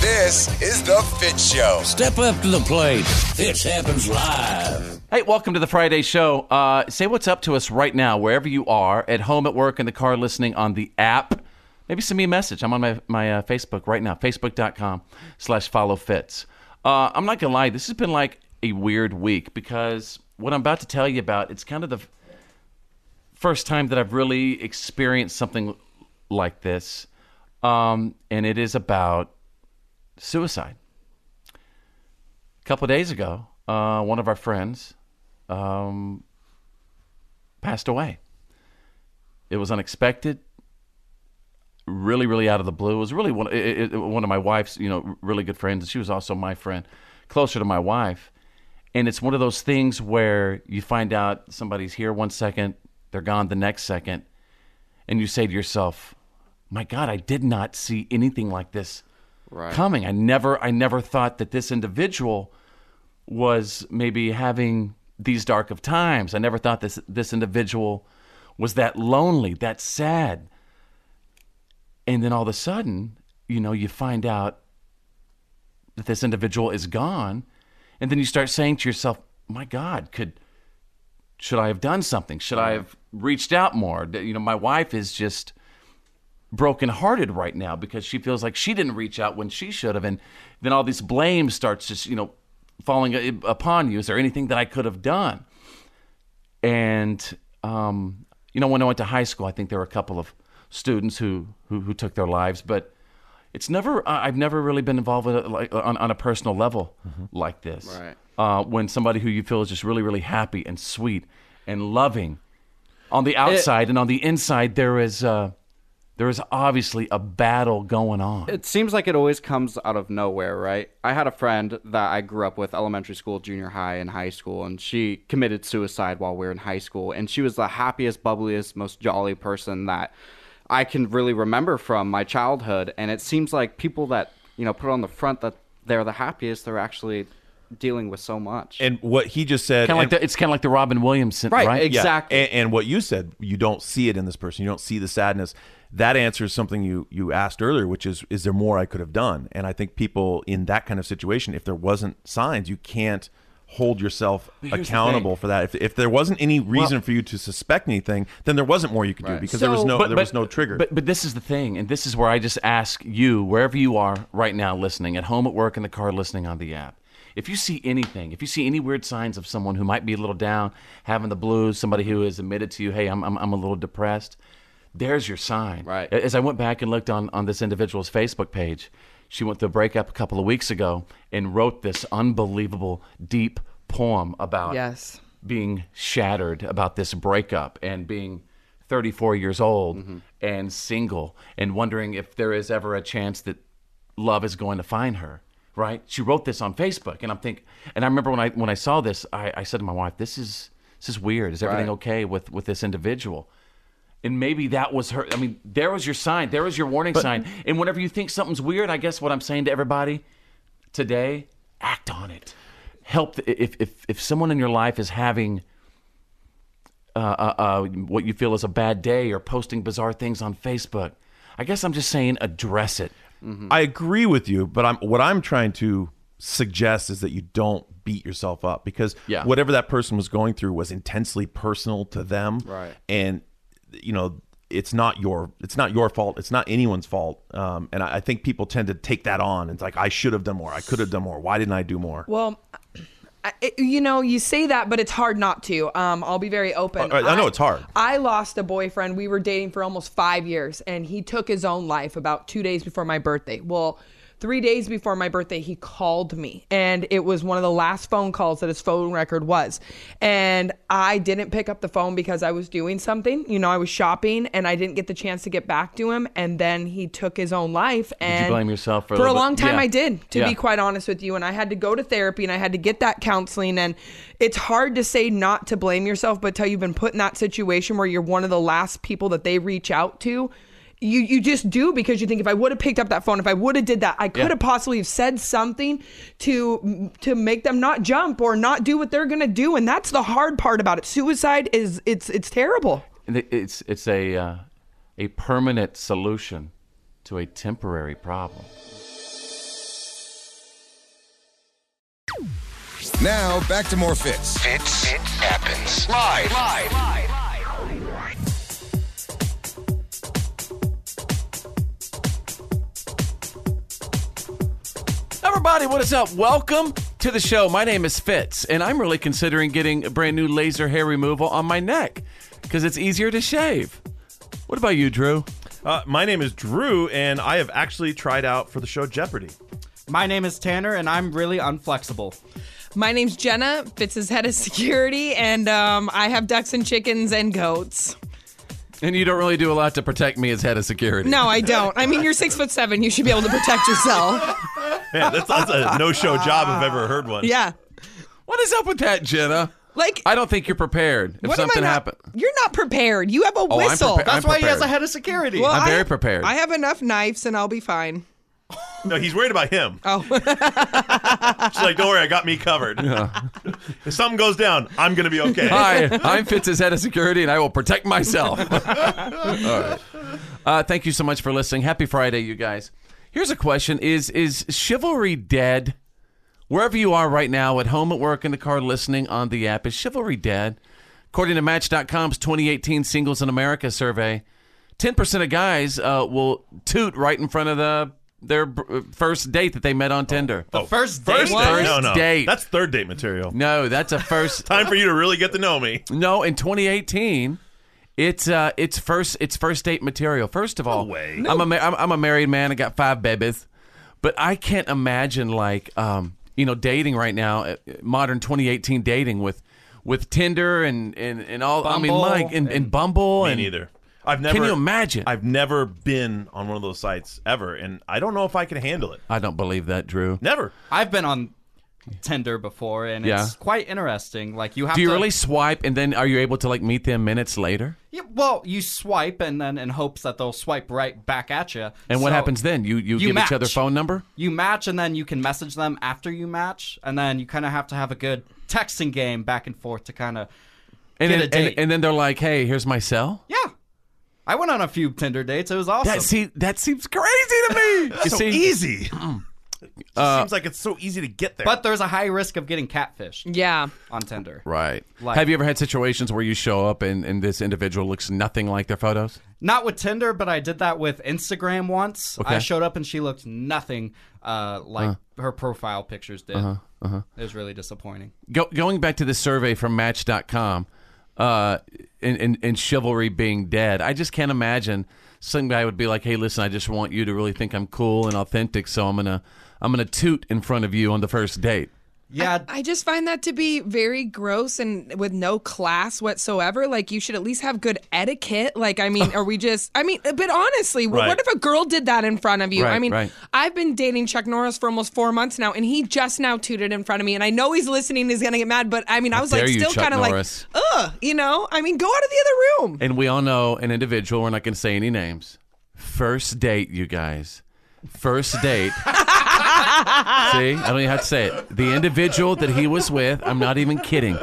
S6: This is the Fit Show.
S9: Step up to the plate.
S6: This happens live.
S9: Hey, welcome to the Friday show. Uh, say what's up to us right now, wherever you are, at home, at work, in the car, listening on the app. Maybe send me a message. I'm on my, my uh, Facebook right now, facebook.com slash follow fits. Uh, I'm not going to lie, this has been like a weird week because what I'm about to tell you about, it's kind of the first time that I've really experienced something like this. Um, and it is about suicide. A couple of days ago, uh, one of our friends um, passed away. It was unexpected, really, really out of the blue. It was really one, it, it, it- one of my wife's, you know, really good friends, and she was also my friend, closer to my wife. And it's one of those things where you find out somebody's here one second, they're gone the next second, and you say to yourself, "My God, I did not see anything like this coming. I never, I never thought that this individual." was maybe having these dark of times. I never thought this this individual was that lonely, that sad. And then all of a sudden, you know, you find out that this individual is gone, and then you start saying to yourself, "My God, could should I have done something? Should I have reached out more?" That- You know, my wife is just brokenhearted right now because she feels like she didn't reach out when she should have, and then all this blame starts just you know falling i- upon you. Is there anything that I could have done? And um, you know, when I went to high school, I think there were a couple of students who who, who took their lives, but it's never I- I've never really been involved with it, like on, on a personal level like this.
S3: Right.
S9: Uh, when somebody who you feel is just really really happy and sweet and loving on the outside and on the inside there is uh, there is obviously a battle going on.
S3: It seems like it always comes out of nowhere, right? I had a friend that I grew up with elementary school, junior high, and high school, and she committed suicide while we were in high school. And she was the happiest, bubbliest, most jolly person that I can really remember from my childhood. And it seems like people that, you know, put on the front that they're the happiest, they're actually dealing with so much.
S8: And what he just said,
S9: Kind of like
S8: and-
S9: the, it's kind of like the Robin Williams,
S3: Right,
S9: right?
S8: Yeah. And, and what you said, you don't see it in this person. You don't see the sadness. That answers something you you asked earlier, which is, is there more I could have done? And I think people in that kind of situation, if there wasn't signs, you can't hold yourself
S9: But here's the
S8: accountable for that. If, if there wasn't any reason for you to suspect anything, then there wasn't more you could do because there was
S9: So-
S8: no
S9: But-
S8: there was
S9: but-
S8: no trigger.
S9: But but this is the thing, and this is where I just ask you, wherever you are right now, listening at home, at work, in the car, listening on the app. If you see anything, if you see any weird signs of someone who might be a little down, having the blues, somebody who has admitted to you, hey, I'm I'm, I'm a little depressed, there's your sign. Right. As I went back and looked on on this individual's Facebook page, she went through a breakup a couple of weeks ago and wrote this unbelievable deep poem about
S16: Yes.
S9: being shattered about this breakup and being 34 years old and single and wondering if there is ever a chance that love is going to find her right she wrote this on facebook and i'm think and i remember when i when i saw this i, I said to my wife this is this is weird is everything
S3: Right.
S9: okay with with this individual and maybe that was her i mean there was your sign there was your warning sign and whenever you think something's weird i guess what i'm saying to everybody today act on it help the- if if if someone in your life is having uh, uh, uh, what you feel is a bad day or posting bizarre things on Facebook. I guess I'm just saying address it.
S8: I agree with you, but I'm what I'm trying to suggest is that you don't beat yourself up because
S9: Yeah.
S8: whatever that person was going through was intensely personal to them,
S9: Right.
S8: And you know, it's not your it's not your fault. It's not anyone's fault. Um, and I, I think people tend to take that on. It's like I should have done more. I could have done more. Why didn't I do more?
S16: Well, I- it- you know, you say that, but it's hard not to. Um, I'll be very open.
S8: Uh, I- I know it's hard.
S16: I lost a boyfriend. We were dating for almost five years, and he took his own life about two days before my birthday. Well, three days before my birthday, he called me, and it was one of the last phone calls that his phone record was. And I didn't pick up the phone because I was doing something. You know, I was shopping, and I didn't get the chance to get back to him. And then he took his own life. And
S9: blame yourself for a
S16: for a
S9: little bit?
S16: long time?
S9: Yeah.
S16: I did, to
S9: Yeah.
S16: be quite honest with you. And I had to go to therapy, and I had to get that counseling. And it's hard to say not to blame yourself, but till you've been put in that situation where you're one of the last people that they reach out to. You, you just do because you think if I would have picked up that phone, if I would have did that, I could
S9: Yeah.
S16: have possibly have said something to to make them not jump or not do what they're gonna do, and that's the hard part about it. Suicide is it's it's terrible.
S9: And it- It's it's a uh, a permanent solution to a temporary problem.
S6: Now back to more fits. Fits it happens live. Live.
S9: Everybody, what is up? Welcome to the show. My name is Fitz, and I'm really considering getting a brand new laser hair removal on my neck because it's easier to shave. What about you, Drew?
S8: Uh, my name is Drew, and I have actually tried out for the show Jeopardy.
S3: My name is Tanner, and I'm really unflexible.
S11: My name's Jenna. Fitz is head of security, and um, I have ducks and chickens and goats.
S9: And you don't really do a lot to protect me as head of security.
S11: No, I don't. I mean, you're six foot seven. You should be able to protect yourself.
S8: Man, that's, that's a no-show job I've ever heard one.
S11: Yeah.
S9: What is up with that, Jenna?
S11: Like,
S9: I don't think you're prepared if
S11: What am I
S9: something
S11: not-
S9: happens.
S11: You're not prepared. You have a
S9: I'm
S11: whistle.
S9: prepa- That's I'm why he has prepared. a
S11: head of security.
S9: I'm very prepared.
S11: I have enough knives, and I'll be fine.
S8: No, he's worried about him.
S11: Oh.
S8: She's like, don't worry, I got me covered. if something goes down, I'm going to be okay.
S9: Hi, I'm Fitz's head of security, and I will protect myself. All right. Uh, thank you so much for listening. Happy Friday, you guys. Here's a question: Is is chivalry dead? Wherever you are right now, at home, at work, in the car, listening on the app, is chivalry dead? According to Match.com's 2018 Singles in America survey, 10% of guys uh, will toot right in front of the their br- first date that they met on Tinder.
S8: Oh, first
S9: date? What?
S8: No, no.
S9: First date.
S8: That's third date material.
S9: No, that's a first
S8: time for you to really get to know me.
S9: No, in 2018, it's uh, it's first it's first date material. First of all,
S8: way.
S9: I'm a ma- I'm, I'm a married man. I got five babies, but I can't imagine like um, you know dating right now, uh, modern 2018 dating with with Tinder and and, and all.
S8: Bumble
S9: I mean, like and, and Bumble
S8: Me
S9: and
S8: neither. I've never.
S9: Can you imagine?
S8: I've never been on one of those sites ever, and I don't know if I can handle it.
S9: I don't believe that, Drew.
S8: Never.
S3: I've been on Tinder before, and it's
S9: Yeah.
S3: quite interesting. Like you have
S9: Do you
S3: to
S9: really swipe and then are you able to like meet them minutes later?
S3: Yeah, well, you swipe, and then in hopes that they'll swipe right back at you.
S9: And what happens then? You you, give each other phone number?
S3: You match, and then you can message them after you match, and then you kind of have to have a good texting game back and forth to kind of
S9: And
S3: get
S9: then,
S3: a date.
S9: And, and then they're like, "Hey, here's my cell."
S3: I went on a few Tinder dates. It was awesome.
S9: That see, that seems crazy to me.
S3: You see?
S8: easy.
S9: Uh,
S8: Seems like it's so easy to get there.
S3: But there's a high risk of getting catfished.
S11: Yeah.
S3: On Tinder.
S9: Right.
S3: Like-
S9: Have you ever had situations where you show up and, and this individual looks nothing like their photos?
S3: Not with Tinder, but I did that with Instagram once.
S9: Okay.
S3: I showed up and she looked nothing uh, like her profile pictures did.
S9: Uh-huh, uh-huh.
S3: It was really disappointing.
S9: Go, going back to this survey from Match.com uh, and, and, and chivalry being dead, I just can't imagine some guy would be like, hey, listen, I just want you to really think I'm cool and authentic, so I'm going to I'm gonna toot in front of you on the first date.
S3: Yeah.
S11: I just find that to be very gross and with no class whatsoever. Like, you should at least have good etiquette. Like, I mean, are we just, I mean, uh, but honestly, wh-
S9: Right.
S11: what if a girl did that in front of you?
S9: Right,
S11: I mean,
S9: right.
S11: I've been dating Chuck Norris for almost four months now, and he just now tooted in front of me. And I know he's listening, he's going to get mad, but I mean, I was like,
S9: dare you,
S11: still
S9: Chuck
S11: kind of like,
S9: Norris.
S11: ugh, you know? I mean, go out of the other room.
S9: And we all know an individual, we're not going to say any names. First date, you guys. First date. See, I don't even have to say it. The individual that he was with, I'm not even kidding,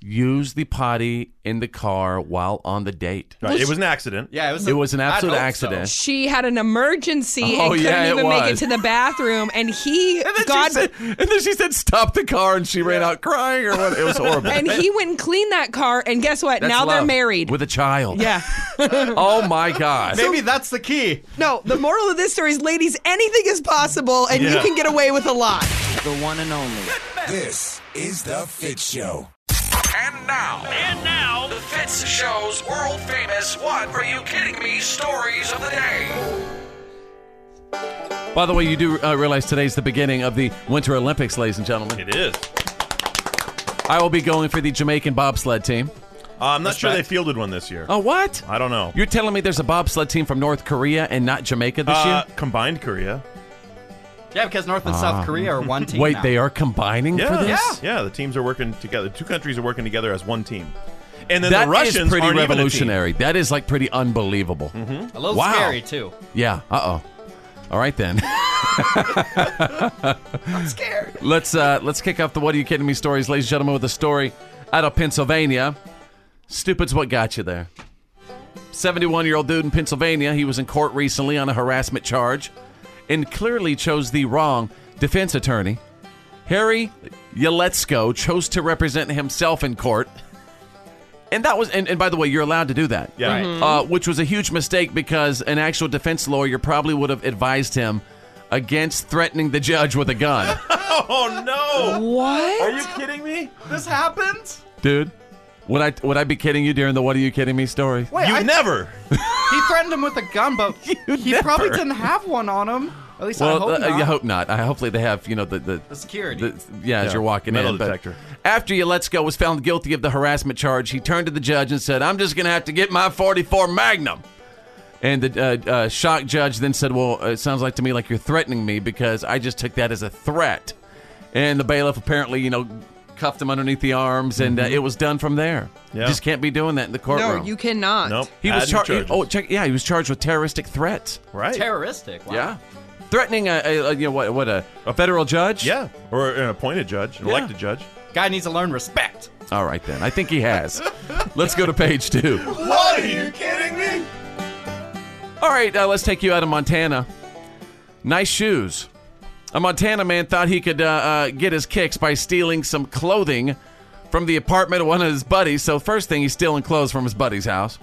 S9: used the potty in the car while on the date.
S8: Right, it was an accident.
S3: Yeah,
S9: it was. It was an absolute accident.
S11: She had an emergency
S9: Oh,
S11: and couldn't
S9: yeah, it
S11: even make it
S9: was.
S11: to the bathroom. And he,
S9: then she
S11: God,
S9: said- and then she said, "Stop the car," and she ran out crying or what? It was horrible.
S11: and he went and cleaned that car. And guess what?
S9: That's
S11: now they're
S9: love.
S11: married.
S9: with a child.
S11: Yeah.
S9: oh my God.
S3: Maybe that's the key.
S11: No, the moral of this story is, ladies, anything is possible, and you
S9: Yeah.
S11: can get away with a lot.
S22: the one and only.
S6: This is The Fit Show.
S7: And now, and now, the Fitz Show's world famous What Are You Kidding Me stories of the day.
S9: By the way, you do uh, realize today's the beginning of the Winter Olympics, ladies and gentlemen.
S8: It is. Uh,
S9: I will be going for the Jamaican bobsled team.
S8: Uh, I'm not
S9: That's
S8: sure
S9: right.
S8: they fielded one this year.
S9: Oh, what?
S8: I don't know.
S9: You're telling me there's a bobsled team from North Korea and not Jamaica this
S8: Uh,
S9: year?
S8: Combined Korea.
S3: Yeah, because North and South
S9: Ah.
S3: Korea are one team.
S9: Wait,
S3: now.
S9: they are combining
S8: Yeah,
S9: for this?
S8: yeah. The teams are working together. The two countries are working together as one team. And then
S9: That
S8: the
S9: is
S8: Russians
S9: pretty
S8: aren't even a team.
S9: revolutionary. That is like pretty unbelievable. Mm-hmm.
S3: A little
S9: wow.
S3: scary, too.
S9: Yeah. Uh oh. All right then. I'm
S4: scared.
S9: Let's uh, let's kick off the "What Are You Kidding Me" stories, ladies and gentlemen, with a story out of Pennsylvania. Stupid's what got you there. 71 year old dude in Pennsylvania. He was in court recently on a harassment charge and clearly chose the wrong defense attorney. Harry Yeletsko chose to represent himself in court. And that was, and, and by the way, you're allowed to do that.
S8: Yeah. Right. Mhm.
S9: Uh, which was a huge mistake because an actual defense lawyer probably would have advised him against threatening the judge with a gun.
S8: Oh no!
S11: What?
S8: Are you kidding me?
S3: This happened?
S9: Dude, would I would I be kidding you during the "What are you kidding me" story?
S3: Wait, You I-
S8: never.
S3: He threatened him with a gun, but he probably
S9: never.
S3: didn't have one on him. At least I
S9: Well,
S3: hope
S9: uh,
S3: not.
S9: you hope not. I hopefully they have you know the the,
S3: The security.
S9: the- yeah, as
S8: Yeah,
S9: you're walking
S8: metal
S9: in. but
S8: detector.
S9: after Yeletsko was found guilty of the harassment charge, he turned to the judge and said, "I'm just going to have to get my 44 Magnum." And the uh, uh, shocked judge then said, "Well, it sounds like to me like you're threatening me because I just took that as a threat." And the bailiff apparently, you know, cuffed him underneath the arms, and uh, it was done from there.
S8: Mm-hmm. Yeah.
S9: Just can't be doing that in the courtroom.
S11: No, you cannot.
S8: Nope.
S9: He oh, was
S8: Added
S9: charged.
S8: charges.
S9: Oh, check. Yeah, he was charged with terroristic threats.
S8: Right.
S3: Terroristic. Wow.
S9: Yeah. Threatening a, a, a you know what what a, a federal judge?
S8: Yeah. Or an appointed judge, an
S9: Yeah.
S8: elected judge.
S3: Guy needs to learn respect.
S9: All right then. I think he has. let's go to page 2.
S8: What are you kidding me?
S9: All right, uh, let's take you out of Montana. Nice shoes. A Montana man thought he could uh, uh, get his kicks by stealing some clothing from the apartment of one of his buddies. So first thing, he's stealing clothes from his buddy's house.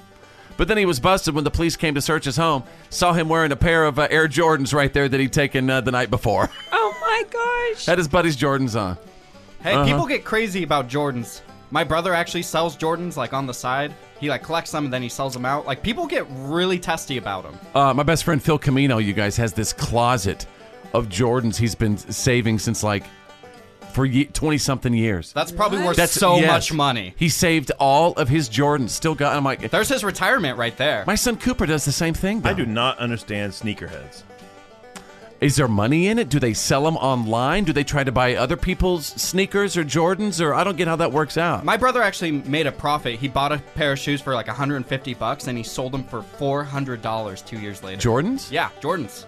S9: But then he was busted when the police came to search his home. Saw him wearing a pair of uh, Air Jordans right there that he'd taken uh, the night before.
S11: Oh my gosh.
S9: Had his buddy's Jordans on.
S3: Hey,
S9: Uh-huh.
S3: people get crazy about Jordans. My brother actually sells Jordans like on the side. He like collects them and then he sells them out. Like people get really testy about them.
S9: Uh, my best friend Phil Camino, you guys, has this closet of Jordans he's been saving since like for twenty something years.
S3: That's probably worth so
S9: yes.
S3: much money.
S9: He saved all of his Jordans. Still got. I'm like,
S3: there's his retirement right there.
S9: My son Cooper does the same thing.
S8: I do not understand sneakerheads.
S9: Is there money in it? Do they sell them online? Do they try to buy other people's sneakers or Jordans? Or I don't get how that works out.
S3: My brother actually made a profit. He bought a pair of shoes for like 150 bucks and he sold them for 400 dollars two years later.
S9: Jordans?
S3: Yeah, Jordans.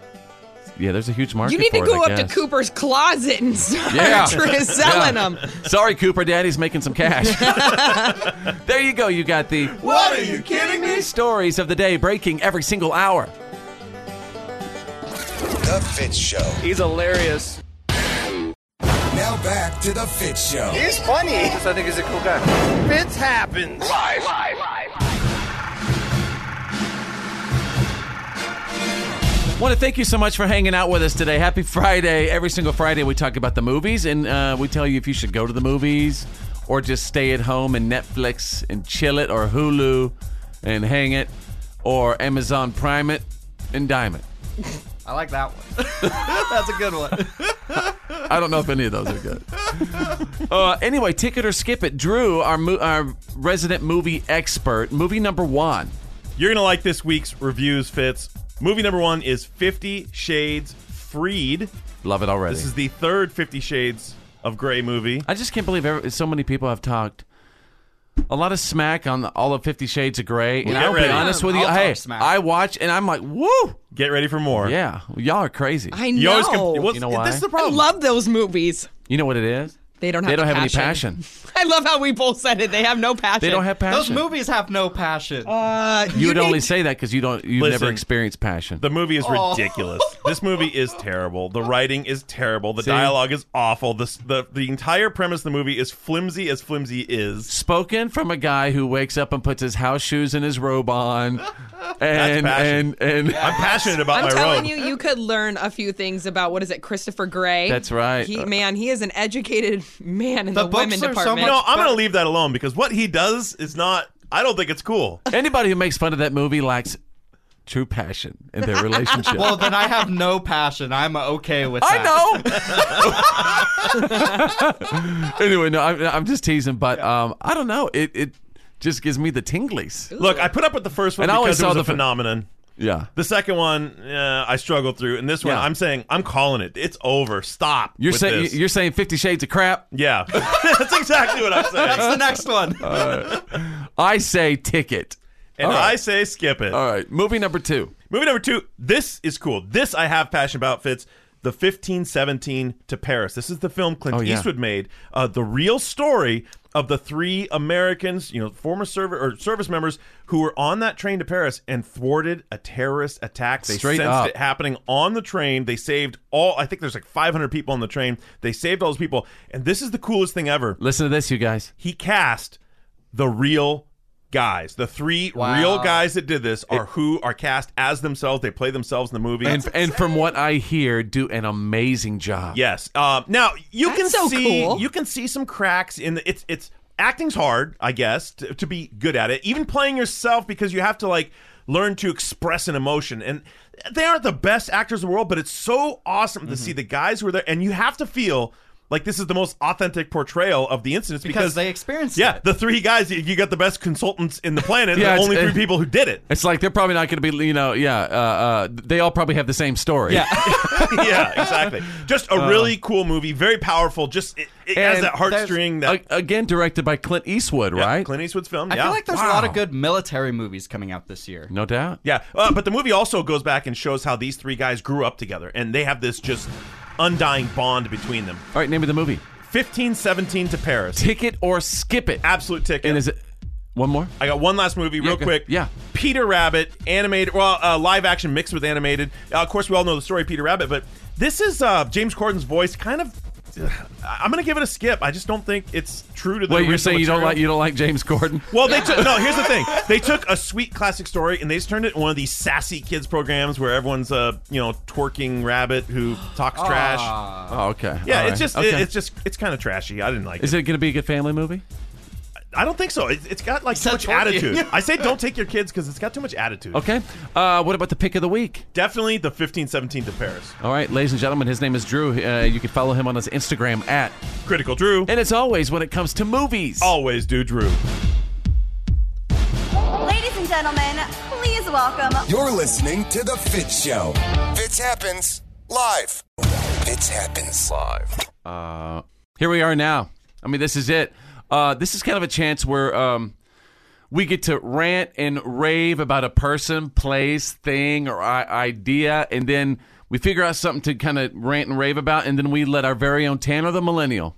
S9: Yeah, there's a huge market.
S11: You need to
S9: for it, I
S11: go up to
S9: guess.
S11: Cooper's closet and start
S9: Yeah.
S11: selling
S9: Yeah.
S11: them.
S9: Sorry, Cooper. Daddy's making some cash. there you go. You got the
S8: What are you kidding me?
S9: stories of the day breaking every single hour.
S6: The Fit Show.
S3: He's hilarious.
S6: Now back to The Fit Show.
S13: He's funny.
S6: Yes,
S13: I think he's a cool guy. Fits happens. Live, live, live.
S9: Want to thank you so much for hanging out with us today. Happy Friday. Every single Friday, we talk about the movies and uh, we tell you if you should go to the movies or just stay at home and Netflix and chill it or Hulu and hang it or Amazon Prime it and dime it.
S3: I like that one. That's a good one.
S9: I don't know if any of those are good. Uh, anyway, ticket or skip it. Drew, our mo- our resident movie expert, movie number one.
S8: You're gonna like this week's reviews, Fitz. Movie number one is Fifty Shades Freed.
S9: Love it already.
S8: This is the third Fifty Shades of Grey movie.
S9: I just can't believe every, so many people have talked a lot of smack on the, all of Fifty Shades of Grey. And
S8: Get
S9: I'll
S8: ready.
S9: be honest with you,
S8: I'll talk
S9: hey,
S8: smack.
S9: I watch and I'm like, woo.
S8: Get ready for more.
S9: Yeah, y'all are crazy.
S11: I know.
S9: you know why?
S11: I love those movies.
S9: you know what it is?
S16: They don't have.
S9: They don't
S16: the
S9: have any passion.
S16: I love how we both said it. They have no passion.
S9: They don't have passion.
S3: Those movies have no passion.
S16: Uh,
S9: You would
S16: need-
S9: only say that because you don't. You've
S8: Listen.
S9: never experienced passion.
S8: The movie is
S9: Oh.
S8: ridiculous. this movie is terrible. The writing is terrible. The
S9: See?
S8: dialogue is awful. This, the the entire premise of the movie is flimsy as flimsy is.
S9: Spoken from a guy who wakes up and puts his house shoes and his robe on, and
S8: passion.
S9: and and
S8: I'm passionate about
S16: I'm
S8: my
S16: telling
S8: robe.
S16: you, you could learn a few things about what is it, Christopher Gray?
S8: That's right.
S16: He, man, he is an educated man in the, women department.
S8: No, I'm going to leave that alone because what he does is not. I don't think it's cool.
S9: Anybody who makes fun of that movie lacks true passion in their relationship.
S3: Well, then I have no passion. I'm okay with
S9: I
S3: that.
S9: know. anyway, no, I'm, I'm just teasing, but um, I don't know. It it just gives me the tinglies.
S8: Look, I put up with the first one
S9: And I always
S8: because it
S9: saw
S8: was
S9: the
S8: a
S9: ph-
S8: phenomenon.
S9: Yeah.
S8: The second one, eh, I struggled through, and this one,
S9: Yeah.
S8: I'm saying, I'm calling it. It's over. Stop.
S9: You're
S8: with
S9: saying
S8: this.
S9: you're saying Fifty Shades of Crap.
S8: Yeah, that's exactly what I'm saying.
S3: That's the next one.
S9: Uh, I say ticket,
S8: And
S9: All right.
S8: I say skip it.
S9: All right, movie number two.
S8: Movie number two. This is cool. This I have passion about fits the 1517 to Paris. This is the film Clint
S9: Oh, yeah.
S8: Eastwood made. Uh, the real story of the three Americans, you know, former service or service members who were on that train to Paris and thwarted a terrorist attack. They
S9: Straight
S8: sensed
S9: up.
S8: it happening on the train. They saved all. I think there's like 500 people on the train. They saved all those people. And this is the coolest thing ever.
S9: Listen to this, you guys.
S8: He cast the real guys. The three
S9: Wow.
S8: real guys that did this are who are cast as themselves. They play themselves in the movie.
S9: and and from what I hear, do an amazing job.
S8: yes. Um, now you
S9: That's
S8: can
S9: so
S8: see
S9: cool.
S8: you can see some cracks in the, it's it's acting's hard, I guess, to, to be good at it. Even playing yourself because you have to like learn to express an emotion and they aren't the best actors in the world, but it's so awesome to see
S9: Mm-hmm.
S8: the guys who are there and you have to feel like this is the most authentic portrayal of the incidents because,
S3: Because they experienced
S8: yeah, the three guys you- you got the best consultants in the planet.
S9: Yeah,
S8: the
S9: it's-
S8: only three
S9: uh,
S8: people who did it.
S9: It's like they're probably not going to be, you know, yeah. Uh, uh, they all probably have the same story. Yeah,
S8: yeah, exactly. Just a
S9: Uh,
S8: really cool movie, very powerful. Just it, it has that heartstring that
S9: again directed by Clint Eastwood, right?
S8: Clint Eastwood's film.
S3: I
S8: yeah.
S3: feel like there's a lot of good military movies coming out this year.
S9: No doubt.
S8: Yeah, uh, but the movie also goes back and shows how these three guys grew up together, and they have this just undying bond between them.
S9: All right, name of the movie.
S8: Fifteen seventeen to Paris.
S9: Ticket or skip it.
S8: Absolute ticket.
S9: And is it one more?
S8: I got one last movie, real
S9: go-
S8: quick.
S9: yeah.
S8: Peter Rabbit, animated, well, uh, live action mixed with animated. Uh, of course, we all know the story of Peter Rabbit, but this is uh, James Corden's voice. Kind of, I'm gonna give it a skip. I just don't think it's true to the.
S9: Wait, you're
S8: original
S9: saying you don't
S8: material.
S9: like you don't like James Gordon?
S8: Well, they took no. Here's the thing: they took a sweet classic story and they just turned it into one of these sassy kids programs where everyone's a you know twerking rabbit who talks
S3: Ah.
S8: trash.
S9: Oh, okay.
S8: Yeah,
S9: All
S8: it's
S9: right.
S8: just
S9: Okay.
S8: it, it's just it's kind of trashy. I didn't like
S9: Is
S8: it.
S9: it going to be a good family movie?
S8: I don't think so. It, it's got like too much
S9: twerking.
S8: attitude. I say don't take your kids because it's got too much attitude.
S9: Okay. Uh, what about the pick of the week?
S8: Definitely the 1517 to Paris.
S9: All right, ladies and gentlemen, his name is Drew. Uh, you can follow him on his Instagram at
S8: Critical Drew.
S9: And it's always when it comes to movies.
S8: Always do Drew.
S22: Ladies and gentlemen, please welcome.
S6: You're listening to The Fit Show. Fits happens live. Fits happens live.
S9: Uh, here we are now. I mean, this is it. Uh, this is kind of a chance where um, we get to rant and rave about a person, place, thing, or I- idea, and then we figure out something to kind of rant and rave about, and then we let our very own Tanner the Millennial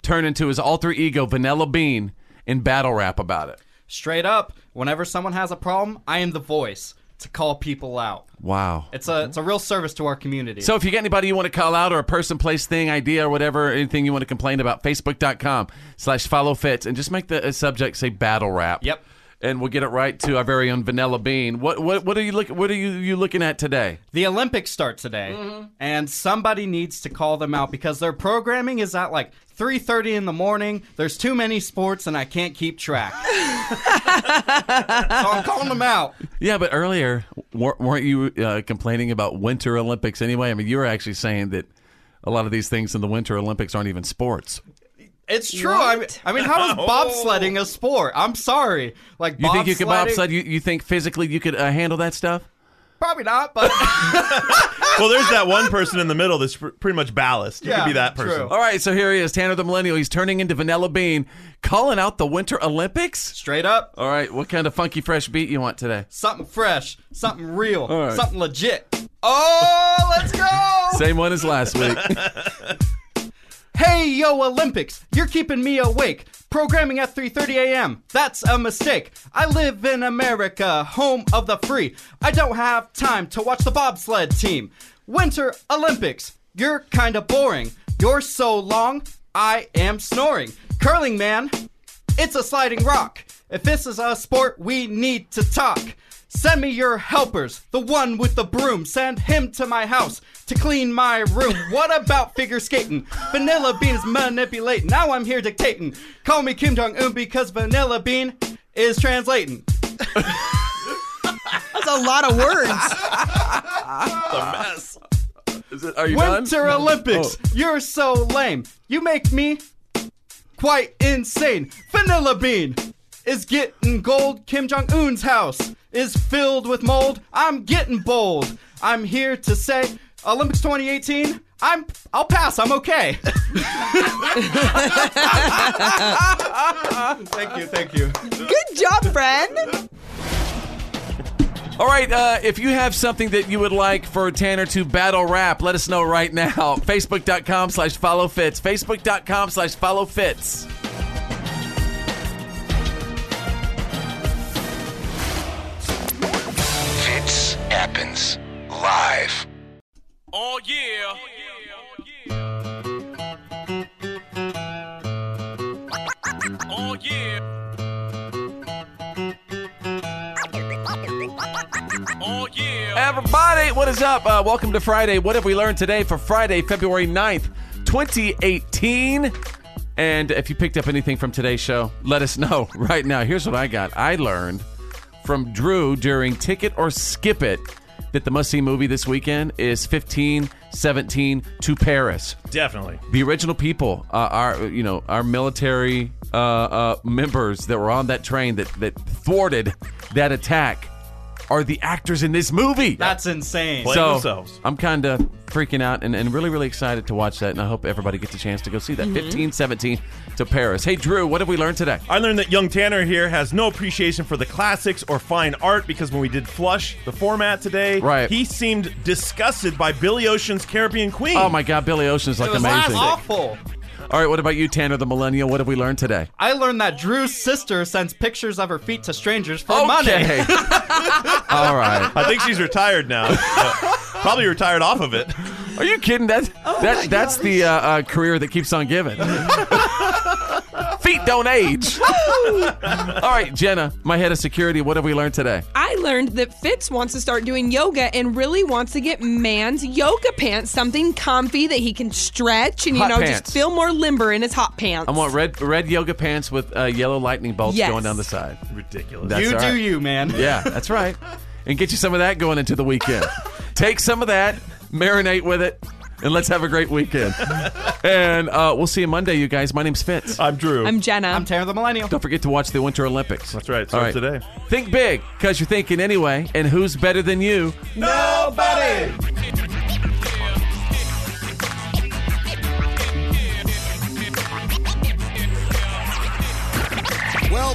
S9: turn into his alter ego, Vanilla Bean, and battle rap about it.
S3: Straight up, whenever someone has a problem, I am the voice to call people out.
S9: Wow.
S3: It's a it's a real service to our community.
S9: So if you got anybody you want to call out or a person, place, thing, idea, or whatever, anything you want to complain about, facebook.com slash follow fits and just make the uh, subject say battle rap. Yep. And we'll get it right to our very own Vanilla Bean. What what what are you look what are you, you looking at today?
S3: The Olympics start today,
S9: Mm-hmm.
S3: and somebody needs to call them out because their programming is at like 3:30 in the morning. There's too many sports, and I can't keep track. so I'm calling them out.
S9: Yeah, but earlier wa- weren't you uh, complaining about Winter Olympics anyway? I mean, you were actually saying that a lot of these things in the Winter Olympics aren't even sports.
S3: It's true. I mean, I mean, how is bobsledding a sport? I'm sorry. Like,
S9: Oh. You think you could
S3: bobsledding-
S9: bobsled? You, you think physically you could uh, handle that stuff?
S3: Probably not, but
S8: Well, there's that one person in the middle that's pr- pretty much ballast. You could be that person.
S9: All right, so here he is, Tanner the Millennial. He's turning into Vanilla Bean, calling out the Winter Olympics.
S3: Straight up.
S9: All right, what kind of funky fresh beat you want today?
S3: something fresh, something real,
S9: All right.
S3: something legit. Oh, let's go!
S9: Same one as last week.
S3: Hey Hey yo Olympics, you're keeping me awake. Programming at 3:30 a.m. That's a mistake. I live in America, home of the free. I don't have time to watch the bobsled team. Winter Olympics, you're kind of boring. You're so long, I am snoring. Curling man, it's a sliding rock. If this is a sport, we need to talk. Send me your helpers, the one with the broom. Send him to my house to clean my room. What about figure skating? Vanilla Bean is manipulating. Now I'm here dictating. Call me Kim Jong Un because Vanilla Bean is translating.
S11: That's a lot of words.
S9: mess. Is it, are you
S3: Winter
S9: done?
S3: Olympics,
S9: Oh.
S3: you're so lame. You make me quite insane. Vanilla Bean is getting gold. Kim Jong Un's house is filled with mold. I'm getting bold. I'm here to say Olympics 2018. I'm. I'll pass. I'm okay. thank you. Thank you.
S11: Good job, friend.
S9: All right, uh, if you have something that you would like for Tanner to battle rap, let us know right now. Facebook.com slash follow fits. Facebook.com slash follow fits.
S7: Fits happens live.
S14: Oh yeah. Oh yeah. Oh yeah.
S9: Everybody, what is up? Uh, welcome to Friday. What have we learned today for Friday, February 9th, 2018? And if you picked up anything from today's show, let us know right now. Here's what I got I learned from Drew during Ticket or Skip It that the must see movie this weekend is 1517 to Paris.
S23: Definitely.
S9: The original people, uh, our you know our military uh, uh, members that were on that train that that thwarted that attack, are the actors in this movie.
S3: That's insane.
S9: so I'm kind of freaking out and, and really really excited to watch that, and I hope everybody gets a chance to go see that.
S23: Mhm.
S9: 1517 to Paris. Hey Drew, what have we learned today?
S23: I learned that young Tanner here has no appreciation for the classics or fine art because when we did Flush, the format today,
S9: Right.
S23: he seemed disgusted by Billy Ocean's Caribbean Queen.
S9: Oh my God, Billy Ocean's like amazing.
S3: awful.
S9: All right, what about you, Tanner the Millennial? What have we learned today?
S3: I learned that Drew's sister sends pictures of her feet to strangers for
S9: Okay.
S3: money.
S9: All right.
S23: I think she's retired now. Probably retired off of it.
S9: Are you kidding? That,
S3: Oh
S9: that that's the uh, uh, career that keeps on giving. Feet don't age. All right, Jenna, my head of security. What have we learned today?
S11: I learned that Fitz wants to start doing yoga and really wants to get man's yoga pants, something comfy that he can stretch and you
S9: Hot
S11: know
S9: pants.
S11: just feel more limber in his hot pants.
S9: I want red red yoga pants with uh, yellow lightning bolts
S11: Yes.
S9: going down the side. Ridiculous.
S3: You do you, man.
S9: Yeah, that's right. And get you some of that going into the weekend. Take some of that, marinate with it, and let's have a great weekend. and uh, we'll see you Monday, you guys. My name's Fitz.
S23: I'm Drew.
S11: I'm Jenna. I'm
S3: Tanner the Millennial.
S9: Don't forget to watch the Winter Olympics. That's
S23: right.
S9: All
S23: starts
S9: right. Think big, because you're thinking anyway. And who's better than you?
S23: Nobody.
S6: Well,